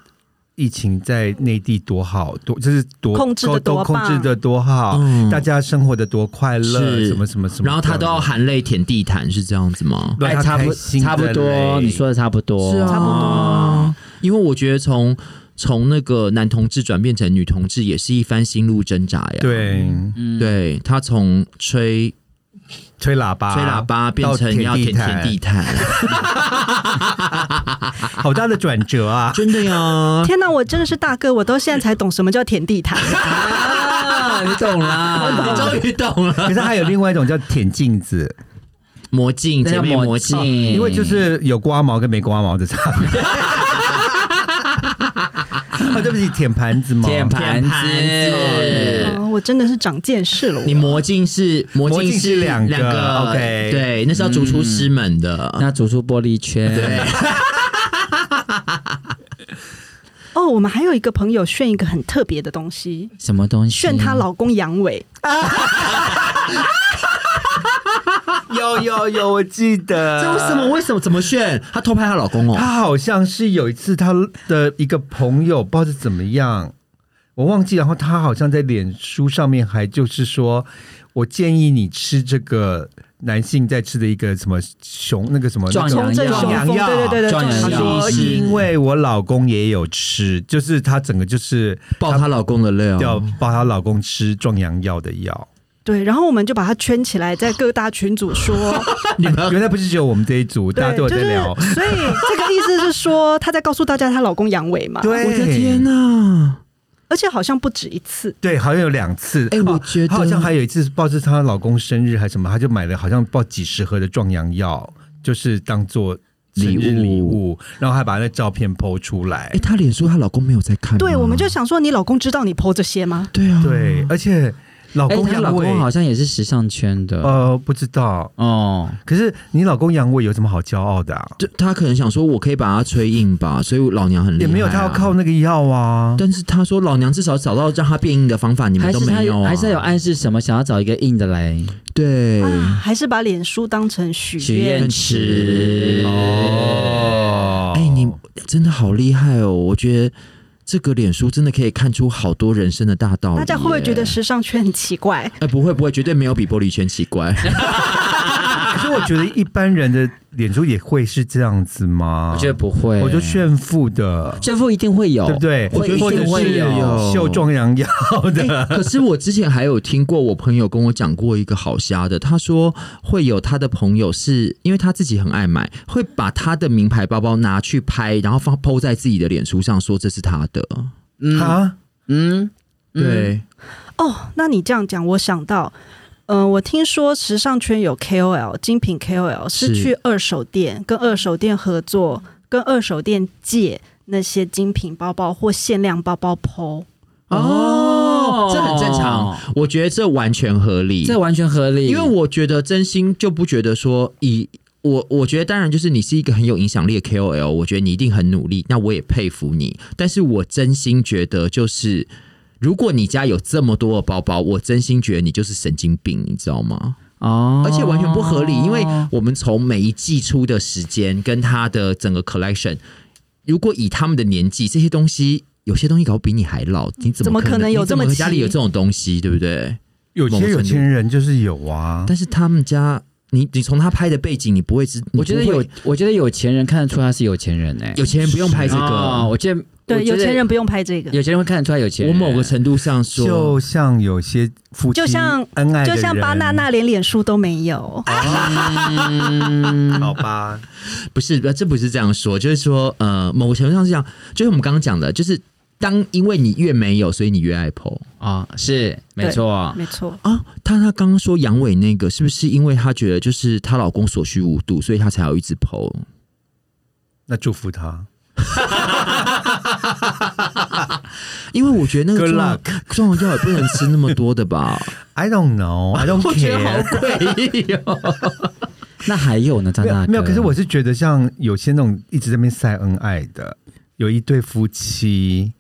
A: 疫情在内地多好，多就是多
D: 控制得
A: 都
D: 多
A: 都控制
D: 棒
A: 的多好，
B: 嗯
A: 啊大家生活的多快乐，
B: 是
A: 什么什么什么的，
B: 然后她都要含泪舔地毯，是这样子吗？
A: 让
C: 哎
A: 她
C: 差不
A: 开心
C: 差不
A: 的
C: 多，
A: 嘞
C: 你说的差不多，
B: 是啊，
D: 差不
B: 多。因为我觉得从从那个男同志转变成女同志，也是一番心路挣扎呀。
A: 对，
C: 嗯，
B: 对，他从吹
A: 吹喇叭，
B: 吹喇叭变
A: 啊到
B: 成要舔舔
A: 毯
B: 地毯，
A: 好大的转折 啊！
B: 真的呀。
D: 天哪，我真的是大哥，我都现在才懂什么叫舔地毯。
B: 啊，你懂 啦，终于懂了。
A: 可是还有另外一种叫舔镜子，
B: 魔镜，
C: 那
B: 姐
C: 叫
B: 妹
C: 魔
B: 魔镜，
C: 镜，
A: 因为就是有刮毛跟没刮毛的差别。 啊，对不起，舔盘子吗？
C: 舔盘
B: 舔盘
C: 子
B: 子，
D: 哦，我真的是长见识了我。
B: 你魔镜是魔
A: 魔
B: 镜
A: 镜是
B: 是
A: 两个
B: 两个
A: OK
B: 对，那是要逐出师门的。
C: 那煮出玻璃圈，
B: 对，
D: 哦，我们还有一个朋友炫一个很特别的东西，
C: 什么东西？
D: 炫她老公阳痿。
A: 有有有，我记得。
B: 这为什么？？为什么？怎么炫？她偷拍她老公哦。
A: 她好像是有一次她的一个朋友，不知道是怎么样，我忘记。然后她好像在脸书上面还就是说，我建议你吃这个男性在吃的一个什么熊那个什么
C: 壮
A: 那种
C: 阳
D: 重振
C: 药
A: 嗯
D: 雄
A: 壮阳
D: 风，
A: 药
D: 对对对对，
C: 壮阳
A: 她
C: 药
A: 说：“
C: 是
A: 因为我老公也有吃，就是她整个就是
B: 爆她老公的料，
A: 要帮她老公吃壮阳药的药。
D: 对，然后我们就把它圈起来，在各大群组说，
A: 原来不是只有我们这一组，大家
D: 对，
A: 都有
D: 就
A: 在
D: 是
A: 聊。，
D: 所以这个意思是说，她在告诉大家她老公阳痿嘛，
A: 对，
B: 我的天呐！
D: 而且好像不止一次，
A: 对，好像有两次。
B: 哎我觉得
A: 她好像还有一次，不知道是她老公生日还是什么，她就买了好像不知道几十盒的壮阳药，就是当做生日
B: 礼
A: 礼
B: 物
A: 物，然后还把那照片剖出来
B: 哎、。她脸书她老公没有在看吗，
D: 对，我们就想说，你老公知道你 PO 这些吗？
B: 对啊，
A: 对，而且老
C: 哎，
A: 公
C: 她老
A: 阳
C: 公好哦
A: 痿，
C: 像也是时尚圈的
A: 呃，不知道。
C: 哦，
A: 可是你老公阳痿有什么好骄傲的啊？
B: 就她可能想说，我可以把她吹硬吧，所以老娘很厉害、
A: 也
B: 啊，
A: 没有，他要靠。那个药啊。
B: 但是她说，老娘至少找到让她变硬的方法，你们
C: 还
B: 都
C: 是他
B: 没有、啊，
C: 还是她有暗示什么，想要找一个硬的来
B: 对、
D: 啊，还是把脸书当成许
C: 许
D: 愿
C: 愿池
A: 哦，
B: 哎、你真的好厉害哦！我觉得这个脸书真的可以看出好多人生的大道理。
D: 大家会不会觉得
B: 哎？
D: 时尚圈很奇怪？
B: 哎、不会不会，绝对没有比玻璃圈奇怪。
A: 可是我觉得一般人的脸书也会是这样子吗？
C: 哦我觉得不会，
A: 我就炫富的，
C: 炫富一定会有，
A: 对不对？
C: 会一
A: 或者
C: 定会
A: 是
C: 有。
A: 秀壮阳药的，
B: 欸可是我之前还有听过我朋友跟我讲过一个好瞎的，他说会有他的朋友是因为他自己很爱买，会把他的名牌包包拿去拍，然后放 PO 在自己的脸书上，说这是他的。
C: 嗯
A: 啊，
C: 嗯，
B: 对，
D: 哦，那你这样讲，我想到，呃，我听说时尚圈有 KOL 精品 KOL 是
B: 是
D: 去二手店跟二手店合作，跟二手店借那些精品包包或限量包包剖。
B: 哦，这很正常，我觉得这完全合理。
C: 这完全合理，
B: 因为我觉得真心就不觉得说以。我我觉得当然就是你是一个很有影响力的 KOL，我觉得你一定很努力，那我也佩服你。但是我真心觉得就是，如果你家有这么多的包包，我真心觉得你就是神经病，你知道吗？
C: 哦，
B: 而且完全不合理，因为我们从每一季出的时间跟它的整个 collection，如果以他们的年纪，这些东西。有些东西搞不比你还老，你怎
D: 怎
B: 么
D: 么
B: 可
D: 可能有
B: 你怎么
D: 这么
B: 家里有这种东西，对不对？
A: 有
B: 某
A: 些
B: 个程
A: 有
B: 度
A: 钱人就是有啊，
B: 但是他们家，你你从他拍的背景，你不会知，你
C: 我觉得
B: 不会
C: 有，我觉得有钱人看得出他是有钱人哎、
B: 有钱人不用拍这个。
C: 哦我觉得
D: 对，有钱，人
C: 我
D: 不用拍这
C: 觉
D: 个
C: 得。有钱人会看得出来有钱
B: 我
C: 人。
B: 某个程度上说，
A: 就像有些夫妻
D: 就像
A: 恩爱的
D: 就
A: 人，啊
D: 像巴娜娜连脸书都没有，
C: 啊
A: 好吧，
B: 不是，呃这不是这样说，就是说，呃，某个程度上是这样，就是我们刚刚讲的，就是当因为你越没有，所以你越爱剖
C: 啊、是没错，
D: 没错，
B: 啊。她她刚刚说阳痿那个，是不是因为她觉得就是她老公所需无度，所以她才要一直剖？
A: 那祝福他。
B: 因为我觉得那个
A: Good
B: 壮
A: luck
B: 壮阳药也不能吃那么多的吧？
A: I don't know, I don't
B: 我觉得
A: care
B: 好。诡异哦。
C: 那还有呢，张
A: 没
C: 大
A: 有
C: 哥
A: 没有，可是我是觉得像有些那种一直在那边晒恩爱的，有一对夫妻，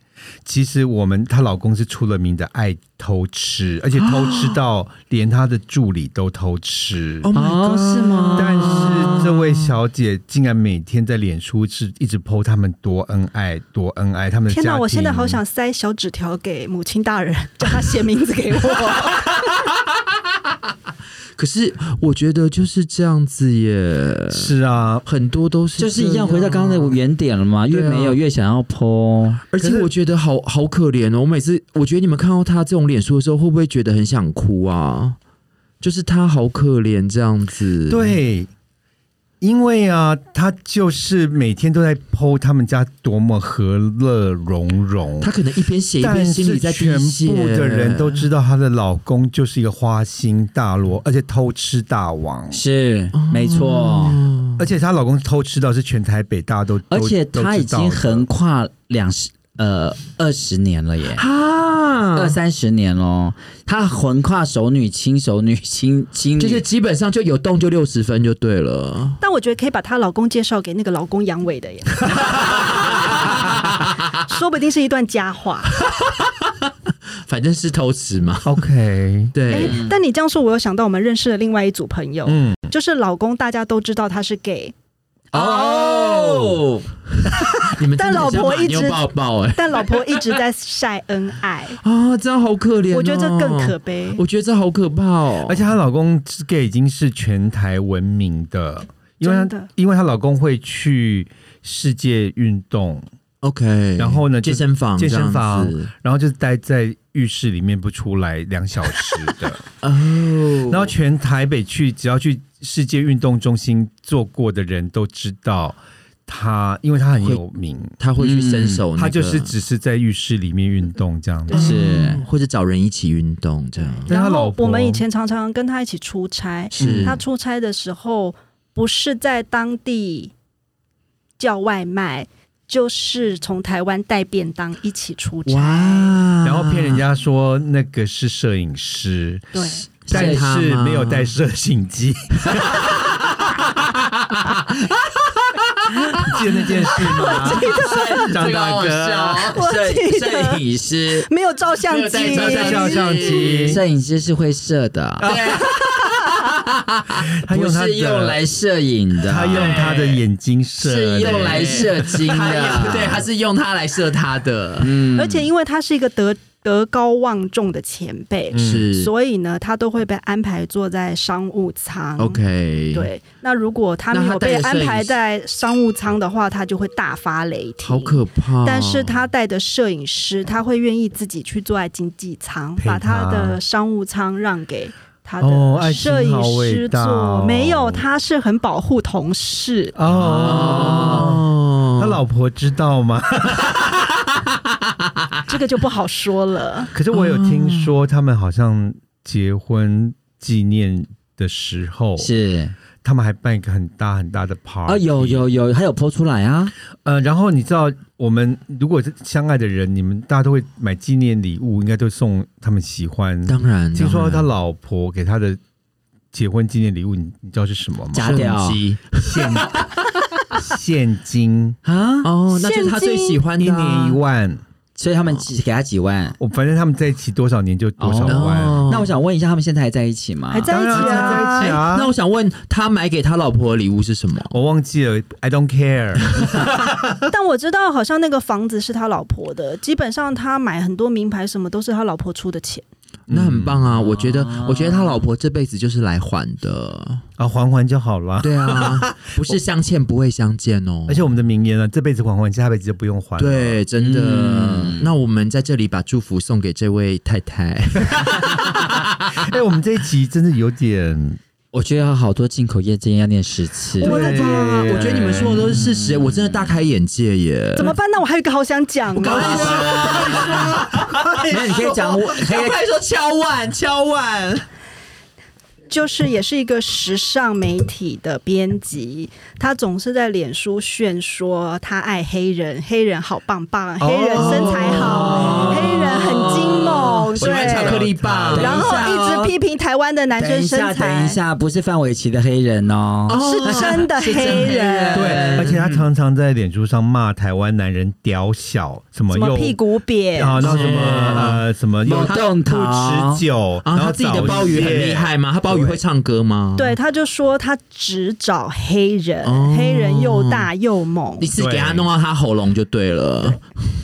A: 其实我们她老公是出了名的爱偷吃，而且偷吃到连她的助理都偷吃。
B: Oh my god，
C: 哦是吗
A: 但是这位小姐竟然每天在脸书是一直 PO 他们多恩爱，多恩爱，他们的
D: 天
A: 家
D: 哪！
A: 庭
D: 我现在好想塞小纸条给母亲大人， 叫她写名字 给我。
B: 可是我觉得就是这样子耶，
A: 是啊，
B: 很多都是
C: 就是
B: 这
C: 一样回到刚刚的原点了嘛，
B: 对
C: 越
B: 啊
C: 没有越想要剖。
B: 而且我觉得好好可怜哦！我每次我觉得你们看到他这种脸书的时候，会不会觉得很想哭啊？就是他好可怜这样子。，
A: 对，因为啊，她就是每天都在 PO 他们家多么和乐融融，
B: 他可能一边写一边
A: 但
B: 心里
A: 是
B: 在滴
A: 全
B: 血
A: 部的人都知道她的老公就是一个花心大萝，而且偷吃大王，
C: 是，没错。
B: 嗯
A: 而且她老公偷吃到是全台北大家都，
C: 而且
A: 都
C: 他已经横
A: 都知道的
C: 跨两十呃二十年了耶，
B: 哈
C: 二，三十年咯。他横跨熟女、轻熟女、轻轻
D: 嗯
B: 就是
C: 女，
B: 基本上就有动就六十分就对了。
D: 但我觉得可以把她老公介绍给那个老公阳 痿的耶，说不定是一段佳话。
B: 反正是偷吃嘛。
A: OK，
D: 哎
B: 对，，
D: 但你这样说，我又想到我们认识的另外一组朋友，
A: 嗯，
D: 就是老公大家都知道他是 gay，
B: 哦， 你们真的很像
D: 哎但老婆一直
B: 马妞抱抱哎
D: 但老婆一直在晒恩爱，
B: 啊，这样好可怜哦。
D: 我觉得这更可悲。
B: 我觉得这好可怕哦！
A: 而且她老公是 gay 已经是全台闻名的，因为
D: 真的
A: 她因为她老公会去世界运动，
B: OK，
A: 然后呢就
B: 健身房，
A: 健身房
B: 这样子
A: 然后就待在浴室里面不出来两小时 的。
B: 哦，
A: 然后全台北去，只要去世界运动中心做过的人都知道他，因为他很有名，
B: 他会去伸手、那个
A: 他就是嗯只是在浴室里面运动这样子
D: 对。
B: 是或者找人一起运动这样。
A: 但他
D: 然
A: 老
D: 后
A: 婆
D: 我们以前常常跟他一起出差，
A: 嗯
B: 是
D: 他出差的时候不是在当地叫外卖，就是从台湾带便当一起出差。
B: 哇，
A: 然后骗人家说那个是摄影师，
D: 对，
A: 但
B: 他
A: 是
B: 吗
A: 没有带摄影机。记得那件事吗？张大哥，
D: 我
C: 摄
D: 记得
C: 摄影师，
D: 没有照相
B: 没有带
D: 机，
B: 照
A: 带
B: 相
A: 照相机，
C: 摄影师是会摄的，
A: 他
C: 不
A: 用他
C: 是用
A: 的，
C: 来摄影的，
A: 他用他的眼睛射的，
C: 是用来射精
D: 哎
C: 的，
B: 对，他是用它来射他的，
C: 嗯
D: 而且因为他是一个德德高望重的前
A: 嗯
D: 辈，
B: 是
D: 所以呢，他都会被安排坐在商务舱。
B: OK，，
D: 对，那如果他没
B: 那他
D: 有
B: 带
D: 被
B: 着摄
D: 安
B: 影
D: 排
B: 师
D: 在商务舱的话，他就会大发雷霆。
B: 好可怕哦。
D: 但是他带的摄影师，他会愿意自己去坐在经济舱，
A: 陪
D: 把他
A: 他
D: 的商务舱让给他
A: 哦
D: 的
A: 爱情
D: 摄影
A: 好伟
D: 师
A: 大
D: 做。
A: 哦
D: 没有，他是很保护 同事。
A: 哦。
B: 哦，
A: 他老婆知道吗？
D: 这个就不好说了。
A: 可是我有听说，他们好像结婚纪念的时候，
C: 是
A: 他们还办一个很大很大的 party
C: 啊，有有有，还有剖出来啊，
A: 呃，然后你知道，我们如果是相爱的人，你们大家都会买纪念礼物，应该都送他们喜欢。
B: 当然，
A: 听说他
B: 当然
A: 老婆给他的结婚纪念礼物，你你知道是什么吗？
C: 假屌
B: 摄影机
A: 现 现金，
C: 啊，
B: 哦，那就是他最喜欢的
A: 一
B: 啊
A: 年一万。哦
C: 所以他们几给他几万。
A: 我反正他们在一起多少年就多少万。
B: 哦
C: 那我想问一下，他们现在还在一起吗？
B: 啊
D: 还在一
A: 啊当
D: 起
A: 然在一起
D: 啊。
A: 啊
B: 那我想问他买给他老婆的礼物是什么？
A: 我忘记了，I don't care。
D: 但我知道，好像那个房子是他老婆的，基本上他买很多名牌什么都是他老婆出的钱。
B: 那很棒啊！我觉得，我觉得他老婆这辈子就是来还的。
A: 啊，还还就好了。
B: 对 啊，不是相欠不会相见哦。
A: 而且我们的名言呢，这辈子还还，下辈子就不用还了。
B: 对，真的。那我们在这里把祝福送给这位太太。
A: 哎、我们这一集真的有 点，
C: 我觉得有好多进口业今天要念十次。
A: 我的妈
B: 我觉得你们说的都是事实，我真的大开眼界耶
D: 怎。么办？那我还有一个好想讲
B: 我告诉
D: 哦，
B: 你
C: 那 你可以讲 我，可以
B: 快说敲碗 敲碗。
D: 就是也是一个时尚媒体的编辑，他总是在脸书炫说他爱黑人，黑人好棒棒，黑人身材好，黑人很精猛，
B: 喜欢巧克
D: 对。
B: 力棒，
D: 然后一直批评台湾的男
C: 等
D: 生
C: 一
D: 身
C: 下，
D: 材，
C: 等一下，不是范玮琪的黑人哦，
D: 是真的黑人，
A: 对，而且他常常在脸书上骂台湾男人屌小，什么
D: 什
A: 又
D: 么屁股扁，
A: 啊，然后什么
B: 是
A: 呃什么又
C: 某栋
A: 不
C: 桃
A: 持久，
B: 啊，
A: 然后
B: 他自己的
A: 早
B: 鲍鱼很厉
A: 泄。
B: 害吗？他鲍鱼会唱歌
C: 嗯
B: 吗？
D: 对，，他就说他只找黑人，
B: 哦
D: 黑人又大又猛
B: 一，次给他弄到他喉咙就对了。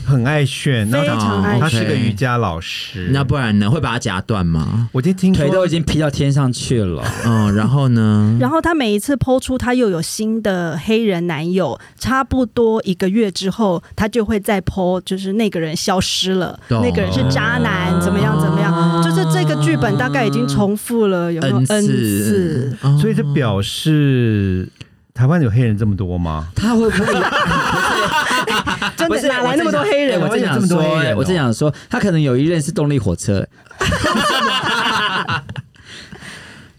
A: 很爱炫，然后
D: 非常
A: 他
D: 爱
A: 他是个
C: 嗯
B: 炫
A: 瑜伽老师。
B: 那不然呢？会把他夹断吗？
A: 我今天听
C: 腿都
A: 说
C: 已经劈到天上去了。
B: 嗯，然后呢？
D: 然后他每一次抛出他又有新的黑人男友，差不多一个月之后，他就会再抛，就是那个人消失了，
B: 懂
D: 那个人是渣男，怎么样怎么
C: 哦
D: 样，就是这个剧本大概已经重复了有没有
B: N
D: n
B: 次
D: 次？
C: 嗯
B: 哦
A: 所以这表示台湾有黑人这么多吗？
C: 他会不会？
D: 真
C: 不
D: 的
C: 是
D: 哪来那么多黑人
C: 哎？我正想说，哎我正想说，他可能有一任是动力火车。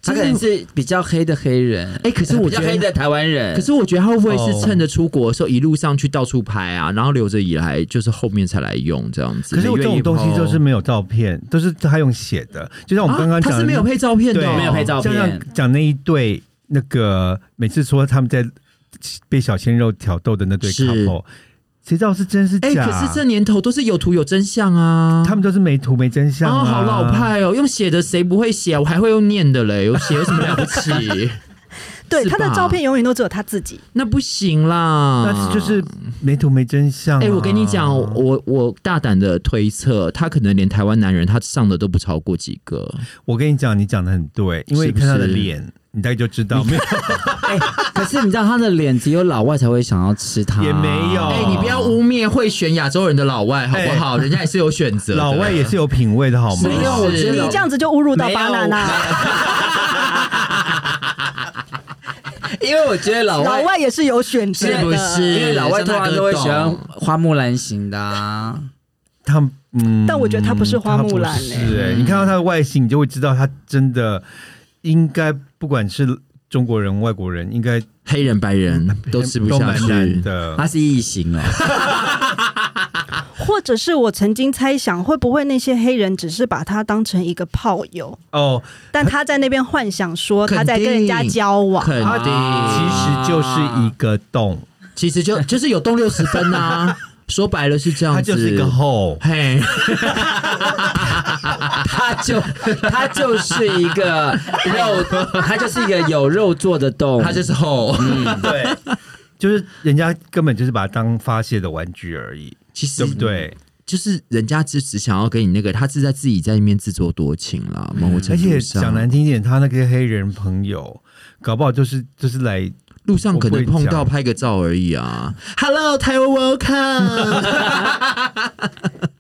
C: 他可能是比较黑的黑人，呃
B: 哎可是我
C: 比较
B: 觉得
C: 黑的台湾人，
B: 可是我觉得他会不会是趁着出国的时候一路上去到处拍啊，然后留着以来就是后面才来用这样子？
A: 可是我这种东西就是
B: 没
A: 没有照片，都是他用写的，就像我们刚刚讲
B: 啊他
A: 的，
B: 是没有配照片的
A: 对
B: 哦，
C: 没有配照
A: 就像
C: 片
A: 讲那一对那个每次说他们在被小鲜肉挑逗的那对
B: 是
A: couple，谁知道是真是
B: 哎，
A: 假？
B: 可是这年头都是有图有真相啊，
A: 他们都是没图没真相、啊
B: 哦，好老。派哦，用写的谁不会写啊？我还会用念的嘞，有写有什么了不起？
D: 对，
B: 是吧
D: 他的照片永远都只有他自己。
B: 那不行啦，
A: 那就是没图没真相、啊。
B: 哎、我跟你讲，我我大胆的推测，他可能连台湾男人他上的都不超过几个。
A: 我跟你讲，你讲的很对，因为你
B: 是不
A: 看他的
B: 是
A: 脸，你大概就知 道没有。
C: 可是你知道他的脸只有老外才会想要吃他，
A: 也没有
B: 哎、你不要污蔑会选亚洲人的老外好不好？人家也是有选择的，
A: 老外也是有品味的好吗？
C: 没有，我觉
B: 是
C: 得
D: 你
C: 老
D: 这样子就侮辱到
C: 没有
D: 巴娜娜，
C: 因 为我觉得老
D: 老
C: 外
D: 外也是有选择
B: 是
D: 的，
B: 不是？
C: 因为老外通常都会喜
B: 像
C: 欢
B: 那个懂
C: 花木兰型的啊，
A: 他嗯，
D: 但我觉得他不是花木兰
A: 他不
D: 欸
A: 是哎、你看到他的外形，你就会知道他真的应该不管是中国人、外国人，应该
B: 黑人白人嗯 都吃不下
A: 蛮难
B: 去。
A: 的。
C: 他是异形哦，
D: 或者是我曾经猜想，会不会那些黑人只是把他当成一个炮友，
A: 哦，
D: 但他在那边幻想说
B: 肯定
D: 他在跟人家交往，
B: 肯
A: 他
B: 定，
A: 其实就是一个洞，
B: 啊其实就就是有动六十分 啊。说白了是这样
A: 它
B: 子，
A: 就是一个后。
B: 嘿，
C: 他就他就是一个肉，他就是一个有肉做的洞，
B: 他就是后。
A: 对，就是人家根本就是把它当发泄的玩具而已，
B: 其实
A: 对不对？
B: 就是人家就只想要给你那个，他是在自己在那边自作多情啦，某种程
A: 而
B: 度
A: 且
B: 上。
A: 讲难听一点，他那个黑人朋友，搞不好就是就是来
B: 路上可能碰
A: 我
B: 到
A: 不
B: 拍个照而已啊。Hello，台湾 Welcome。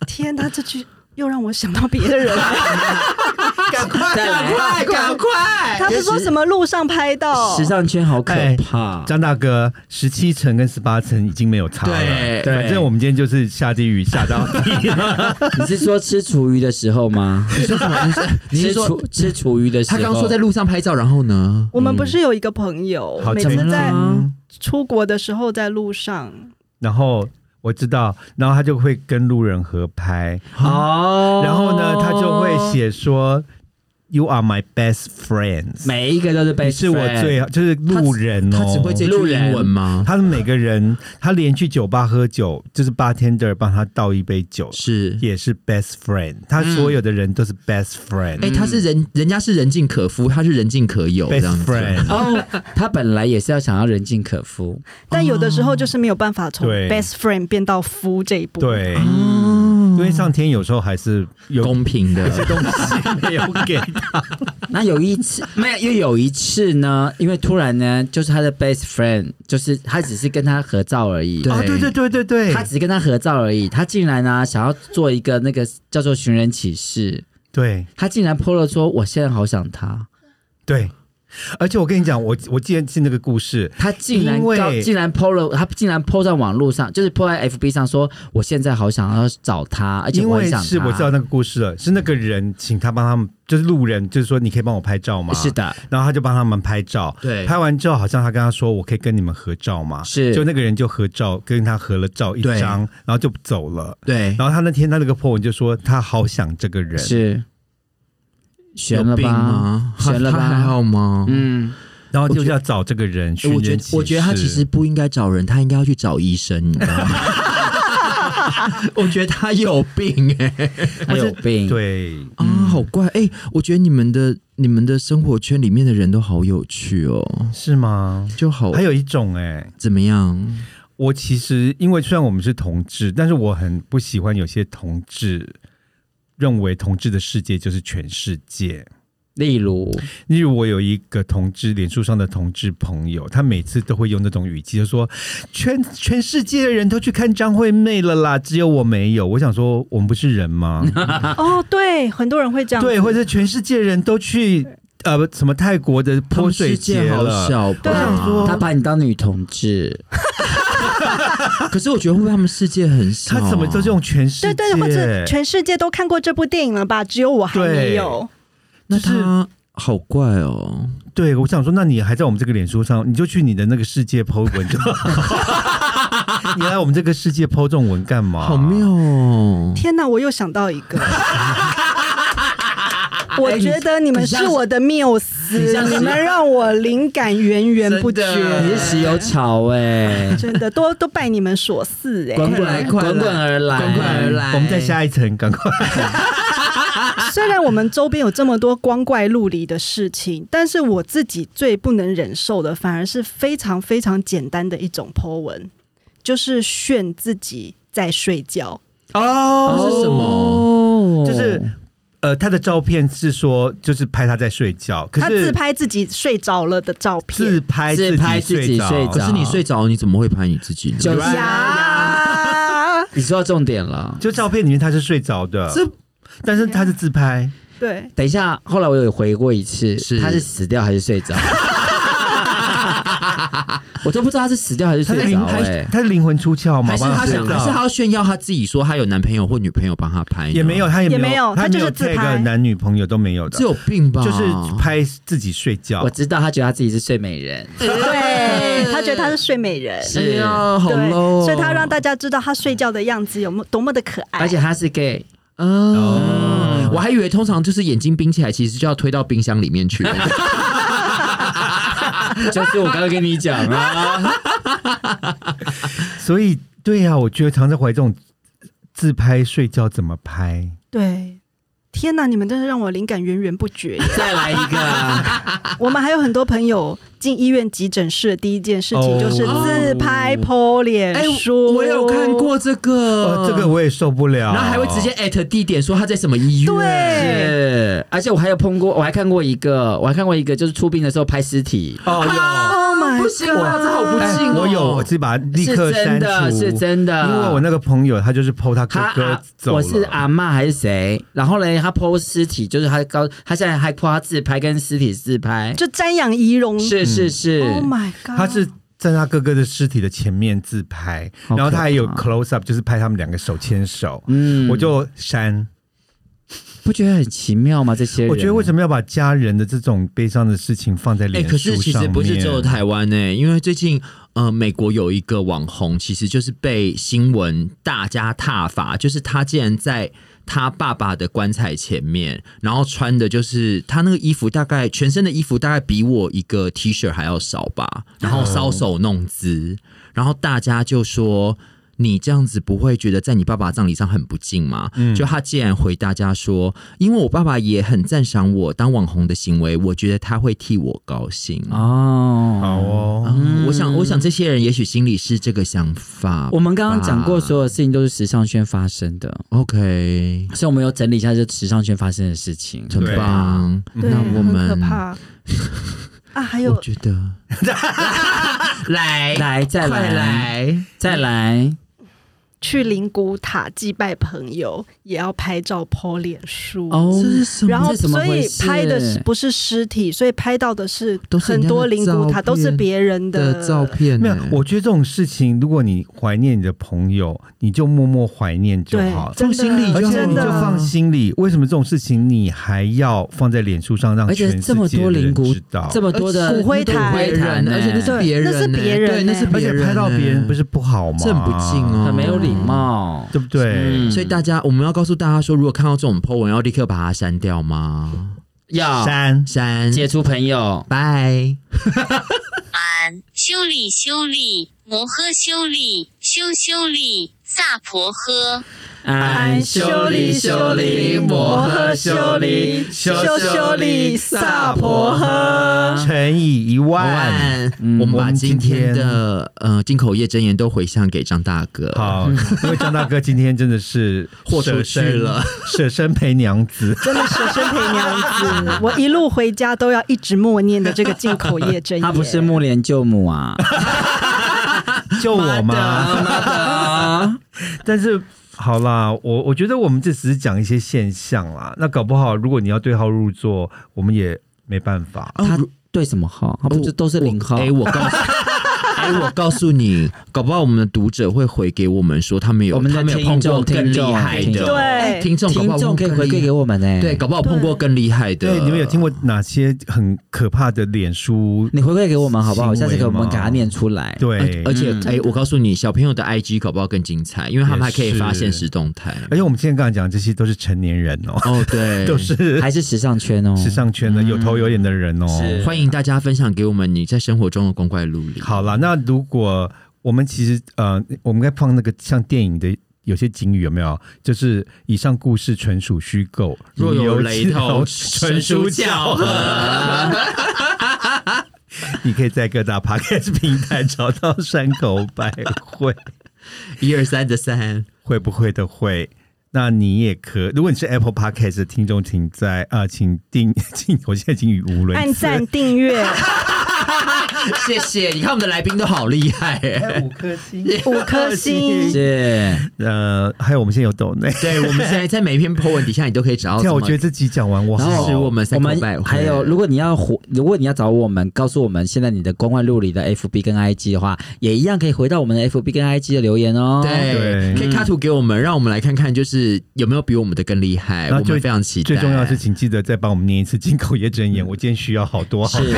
D: 天哪，这句又让我想到别的人了。
B: 赶快，
C: 再来
B: 赶快，赶快！
D: 他不是说什么路上拍 到
C: 时，尚圈好可怕。
A: 张大哥，十七层跟十八层已经没有差了。
B: 对
A: 反正我们今天就是下地狱下到底。
C: 你是说吃厨余的时候吗？
B: 你说什么？你是你
C: 吃
B: 是说
C: 厨吃厨余的时
B: 他
C: 候，
B: 刚说在路上拍照，然后呢？
D: 我们不是有一个朋友，
A: 好
D: 每
A: 怎么
D: 次在
A: 嗯
D: 出国的时候在路上，
A: 然后我知道，然后他就会跟路人合拍，
C: 哦，
A: 然后呢，他就会写说。 You are my best friends，
C: 每一个都是被
A: 你是我最就是路人哦，
B: 他只会这句
C: 路人
B: 英文吗？
A: 他们每个人，他连去酒吧喝酒，就是 bartender 帮他倒一杯酒，
B: 是，
A: 也是 best friend。他所有的人都是 best friend，best、
B: 哎，他是人，人家是人尽可夫，他是人尽可有这样
A: best
B: 子。
A: friend。
C: 哦，他本来也是要想要人尽可夫，
D: 但有的时候就是没有办法从
A: 对
D: best friend 变到夫这一步。，
A: 对，因为上天有时候还是有
B: 公平的，
A: 东西 没有给他，
C: 那有一次没有，又有一次呢，因为突然呢，就是他的 best friend，就是他只是跟他合照而已，
B: 对
A: 哦，对对对对对
C: 他，只是跟他合照而已，他竟然呢、想要做一个那个叫做寻人启事，
A: 对
C: 他竟然 PO 了说我现在好想他，
A: 对。而且我跟你讲，我我记得记那个故事，
C: 他竟然
A: 因为
C: 高竟然 PO 了，他竟然 PO 在网络上，就是 PO 在 FB 上说我现在好想要找他，而且
A: 因
C: 我
A: 为
C: 很想他，
A: 是我知道那个故事了，是那个人请他帮他们，就是路人，就是说你可以帮我拍照吗？
C: 是的，
A: 然后他就帮他们拍照，
B: 对
A: 拍完之后好像他跟他说：“我可以跟你们合照吗？”
C: 是
A: 就那个人就合照，跟他合了照一
B: 对
A: 张，然后就走了。
B: 对，
A: 然后他那天他那个 po 文就说他好想这个人，
C: 是
B: 有
C: 悬了
B: 病
C: 吧？
B: 吗？
C: 悬了吧
B: 他还好吗？
C: 嗯，
A: 然后就是要找这个人。
B: 哎我
A: 寻
B: 觉
A: 人
B: 得
A: 启，事
B: 我觉得他其实不应该找人，他应该要去找医生，你知 道吗？我觉得他有病哎、
C: 他有
B: 嗯
C: 病，
A: 对，
B: 啊，好怪哎、我觉得你们的你们的生活圈里面的人都好有趣哦，
A: 是吗？
B: 就好
A: 还有一种哎、
B: 怎么样？
A: 我其实因为虽然我们是同志，但是我很不喜欢有些同志认为同志的世界就是全世界。
C: 例如
A: 例如，我有一个同志，脸书上的同志朋友，他每次都会用那种语气，就说全全世界的人都去看张惠妹了啦，只有我没有。我想说，我们不是人 吗？
D: 哦，对，很多人会这样。
A: 对，或者全世界的人都去呃什么泰国的泼水节
B: 他们世界
A: 了
B: 好，小
A: 我想
B: 吧？
A: 说，
C: 啊他把你当女同志，
B: 可是我觉得会不会他们世界很小、
A: 他怎么都是用全世界？
D: 对对，或者全世界都看过这部电影了吧？只有我还没有。
B: 那
A: 就是
B: 他好怪哦。
A: 对，我想说，那你还在我们这个脸书上，你就去你的那个世界剖文就好你来我们这个世界剖这种文干嘛？
B: 好妙哦！
D: 天哪，我又想到一个。我觉得你们是我的缪斯，
C: 你像是
D: 你们让我灵感源源不绝，
B: 真的
C: 你是石油草哎、
D: 真的都都拜你们所赐哎、
C: 滚滚
B: 来快来
C: 滚滚而来，
B: 滚滚而来
A: 哎我们再下一层，赶快。
D: 虽然我们周边有这么多光怪陆离的事情，但是我自己最不能忍受的，反而是非常非常简单的一种 Po 文，就是炫自己在睡觉。
B: 哦是什么？
C: 哦
A: 就是呃，他的照片是说，就是拍他在睡觉，可
D: 他自
A: 是
D: 拍自己睡着了的照
A: 自
D: 片，
A: 拍
C: 自拍自己
A: 己
C: 睡
A: 睡
C: 着
B: 可是你睡着，你怎么会拍你自己呢？
C: 就
D: 呀，
C: 你说到重点了。
A: 就照片里面他是睡着的，
B: 这
A: 但是他是自拍，
D: 对，
C: 等一下，后来我有回过一次，
B: 是
C: 他是死掉还是 睡着？我都不知道他是死掉还是
A: 他是
C: 睡
A: 灵
C: 着
A: 他
C: 哎、
A: 是他是灵魂出窍嘛？
B: 还是
A: 帮
B: 他
A: 睡
B: 想，还是
A: 着
B: 他要炫耀他自己，说他有男朋友或女朋友帮他拍呢，
A: 也没有，他也
D: 也
A: 没
D: 没有
A: 他
D: 他就
A: 没有
D: 是自
A: tag
D: 拍
A: 男女朋友都没有的
B: 这，有病吧？
A: 就是拍自己睡
B: 哦
A: 觉
C: 我。知道他觉得他自己是睡美人，
D: 对他觉得他是睡美人，
C: 是
B: 哎呀，好 low，
D: 对，
B: 哦
D: 所以他让大家知道他睡觉的样子有么多么的可爱，
C: 而且他是 gay，
B: 哦，啊我还以为通常就是眼睛冰起来，其实就要推到冰箱里面去。
C: 就是我刚刚跟你讲 啊，
A: 所以，对呀、我觉得常在怀疑这种自拍睡觉怎么拍，
D: 对。天哪！你们真的让我灵感源源不绝耶。
C: 再来一个，
D: 我们还有很多朋友进医院急诊室的第一件事
A: 哦
D: 情就是自拍 po 脸书、
B: 哎我有看。过这个
C: 哦
A: 呃，，这个我也受不了。
B: 然后还会直接 at 地点说他在什么医院，
D: 对，
C: 是，而且我还有碰过，我还看过一个，我还看过一个，就是出殡的时候拍尸体，
A: 哦有。
D: Oh my，
B: 不行啊，这好不
A: 哎
B: 敬哦。
A: 我有，我自己把它立
C: 是
A: 刻删
C: 真的，
A: 除，
C: 是真的，
A: 因为我那个朋友，他就是剖他哥
C: 他
A: 哥
C: 啊
A: 走了，
C: 我是阿嬷还是谁？然后嘞，他 PO 尸体，就是他高，他现在还夸自拍跟尸体自拍，
D: 就瞻仰仪容。
C: 是是是，
D: 嗯 Oh my god，
A: 他是在他哥哥的尸体的前面自拍，
C: 好可怕
B: 嗯
A: 然后他还有 close up，就是拍他们两个手牵手，
C: 嗯
A: 我就删。
C: 不觉得很奇妙吗？这些人，
A: 我觉得为什么要把家人的这种悲伤的事情放在
B: 哎、
A: 脸
B: 可
A: 书上
B: 是
A: 面？
B: 其实不是只有台湾呢、哎因为最近呃，美国有一个网红，其实就是被新闻大家挞伐，就是他竟然在他爸爸的棺材前面，然后穿的就是他那个衣服，大概全身的衣服大概比我一个 T 恤还要少吧，然后
A: 哦
B: 搔首弄姿，然后大家就说。你这样子不会觉得在你爸爸葬礼上很不敬吗？就他竟然回大家说，因为我爸爸也很赞赏我当网红的行为，我觉得他会替我高兴啊。
C: 哦。
A: 好哦，
B: 嗯我想，我想这些人也许心里是这个想法吧。
C: 我们刚刚讲过，所有事情都是时尚圈发生的，
B: OK，
C: 所以我们有整理一下这时尚圈发生的事情。
B: 很
A: 对
B: 棒。
D: 对，
B: 那我
D: 很
B: 们
D: 可怕啊！还有
B: 啊我觉得来
C: 来，再
B: 快
C: 来，
B: 来，
C: 再来，
D: 去灵骨塔祭拜朋友，也要拍照 po 脸书
C: 哦
B: 这是什么？
D: 然后，
C: 这怎么
D: 所
C: 回
D: 以
C: 事
D: 拍的是不是尸体？所以拍到的是
B: 都是人
D: 很
B: 家的
D: 多灵骨
B: 照
D: 塔
B: 片
D: 都是别人
B: 的照。片欸
A: 没
B: 呢
A: 有，我觉得这种事情，如果你怀念你的朋友，你就默默怀念就
D: 对
A: 好，，
D: 真
B: 放心里
D: 的
A: 而且
D: 真
A: 你就
D: 的
A: 放心里。为什么这种事情你还要放在脸书上让
C: 而且
A: 全世
C: 这么
A: 界
C: 多
A: 的
C: 灵
A: 人
C: 骨
A: 知道？
C: 这么多的
D: 呃骨灰坛
C: 灰坛呢，
B: 而且那是
D: 对
B: 别人呢，欸
D: 那是别人
B: 对，那是欸
D: 呢
A: 而且拍到别人不
B: 是。
A: 是不好吗？
B: 这很不敬，哦，
C: 很没有礼。貌。
A: 对不对？
C: 嗯
B: 所以大家，我们要告诉大家说，如果看到这种 po 文，要立刻把它删掉吗？
C: 要
D: 嗯
A: 删
B: 删，
C: 解除朋友，
B: 拜。
E: 俺修理修理摩诃修理修修理萨婆诃。
C: 安
D: 修理修理摩诃修理修修理萨婆
C: 诃。
A: 乘以一万。
B: 嗯万，
C: 嗯
B: 我们
A: 我
B: 把
A: 们
B: 今
A: 今
B: 天
A: 天
B: 的呃金口业真言都回向给张大哥。
A: 好，因为张大哥今天真的是
B: 豁出去了，
A: 舍身陪娘子。
D: 真的舍身陪娘子，我一路回家都要一直默念的这个进口业真言。
C: 他不是木莲救母啊，
A: 救我吗？ 但是好啦，我我觉得我们这只是讲一些现象啦。那搞不好，如果你要对号入座，我们也没办法。
C: 他对什么号？他不是都是零号？
B: 哎，我告诉， 哎，我告诉你，搞不好我们的读者会回给我们说，他们有
C: 我们的
B: 他们有碰
C: 听
B: 过
C: 众
B: 更厉害
C: 听
B: 的，
C: 众
D: 对
B: 听众搞不
C: 听
B: 好
C: 众可以回馈给
B: 我
C: 我们呢。
B: 们更厉害，对，搞不好碰过更厉害的。
A: 对，你们有听过哪些很可怕的脸书？
C: 你回馈给我们好不好？下次给
A: 行
C: 我
A: 为
C: 们
A: 吗
C: 给他念出来。
A: 对，
B: 而且
C: 嗯，
B: 哎、我告诉你，小朋友的 IG 搞不好更精彩，因为他们还可以发
A: 也是
B: 现实动态。
A: 而且我们现在刚才讲的这些都是成年人哦，
B: 哦，对，
A: 都是
C: 还是时尚圈哦，
A: 时尚圈的有头有脸的人哦。
C: 是
B: 欢迎大家分享给我们你在生活中的光怪陆离。，
A: 好啦，那如果我们其实呃，我们该放那个像电影的有些警语有没有？就是以上故事纯属虚构，
B: 若有
A: 如
B: 雷
A: 其纯
B: 同，纯
A: 属
B: 属
A: 巧
B: 巧
A: 合。
B: 合。
A: 你可以在各大 podcast 平台找到山口百惠，
B: 一二三的三，
A: 会不会的会。那你也可，如果你是 Apple Podcast 的听众，请在啊、呃请订， 请我现在已经语无伦次了，
D: 按赞订阅
B: 谢谢。你看我们的来宾都好厉害、 哎
A: 哎五颗星，
D: 五颗星，
C: 是
A: 呃，还有我们现在有抖内，
B: 对，我们现在在每一篇 po 文底下，你都可以找到
A: 这
B: 什
A: 样
B: 哦么。
A: 我觉得这集讲完我
B: 然后
A: 好，哦
B: 是我们
C: 我
B: 三口百
C: 们
B: 惠
C: 还有，如果你要回，如果你要找我们，告诉我们现在你的光怪陆离的 FB 跟 IG 的话，也一样可以回到我们的 FB 跟 IG 的留言哦。
B: 对，
A: 对
B: 可以卡图给我们，让我们来看看，就是有没有比我们的更厉害。
A: 那
B: 我
A: 最
B: 们非常期待。嗯
A: 最重要的是，请记得再帮我们念一次进口业真言，我今天需要好多好。
C: 是。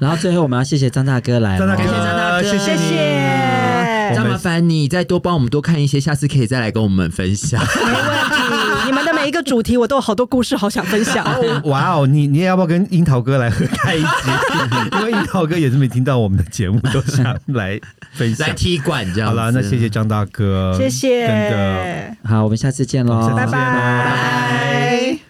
C: 然后最后我们要谢谢张大哥来了，
A: 张大
B: 感谢张大
A: 哥，
B: 哥
A: 谢
D: 谢
A: 你
D: 谢。
A: 我
B: 那
A: 们
B: 麻烦你再多帮我们多看一些，下次可以再来跟我们分 享。
D: 没问题，你们的每一个主题我都有好多故事，好想分享。
A: 哇哦，你你也要不要跟樱桃哥来合开 一集？因为樱桃哥也是没听到我们的节目，都想来分享
B: 来。踢馆这样
A: 好
B: 子。
A: 啦，那谢谢张大哥，
D: 谢谢，
A: 真的，
C: 好，我们下次见喽，
A: 哦下次见哦
D: 拜拜。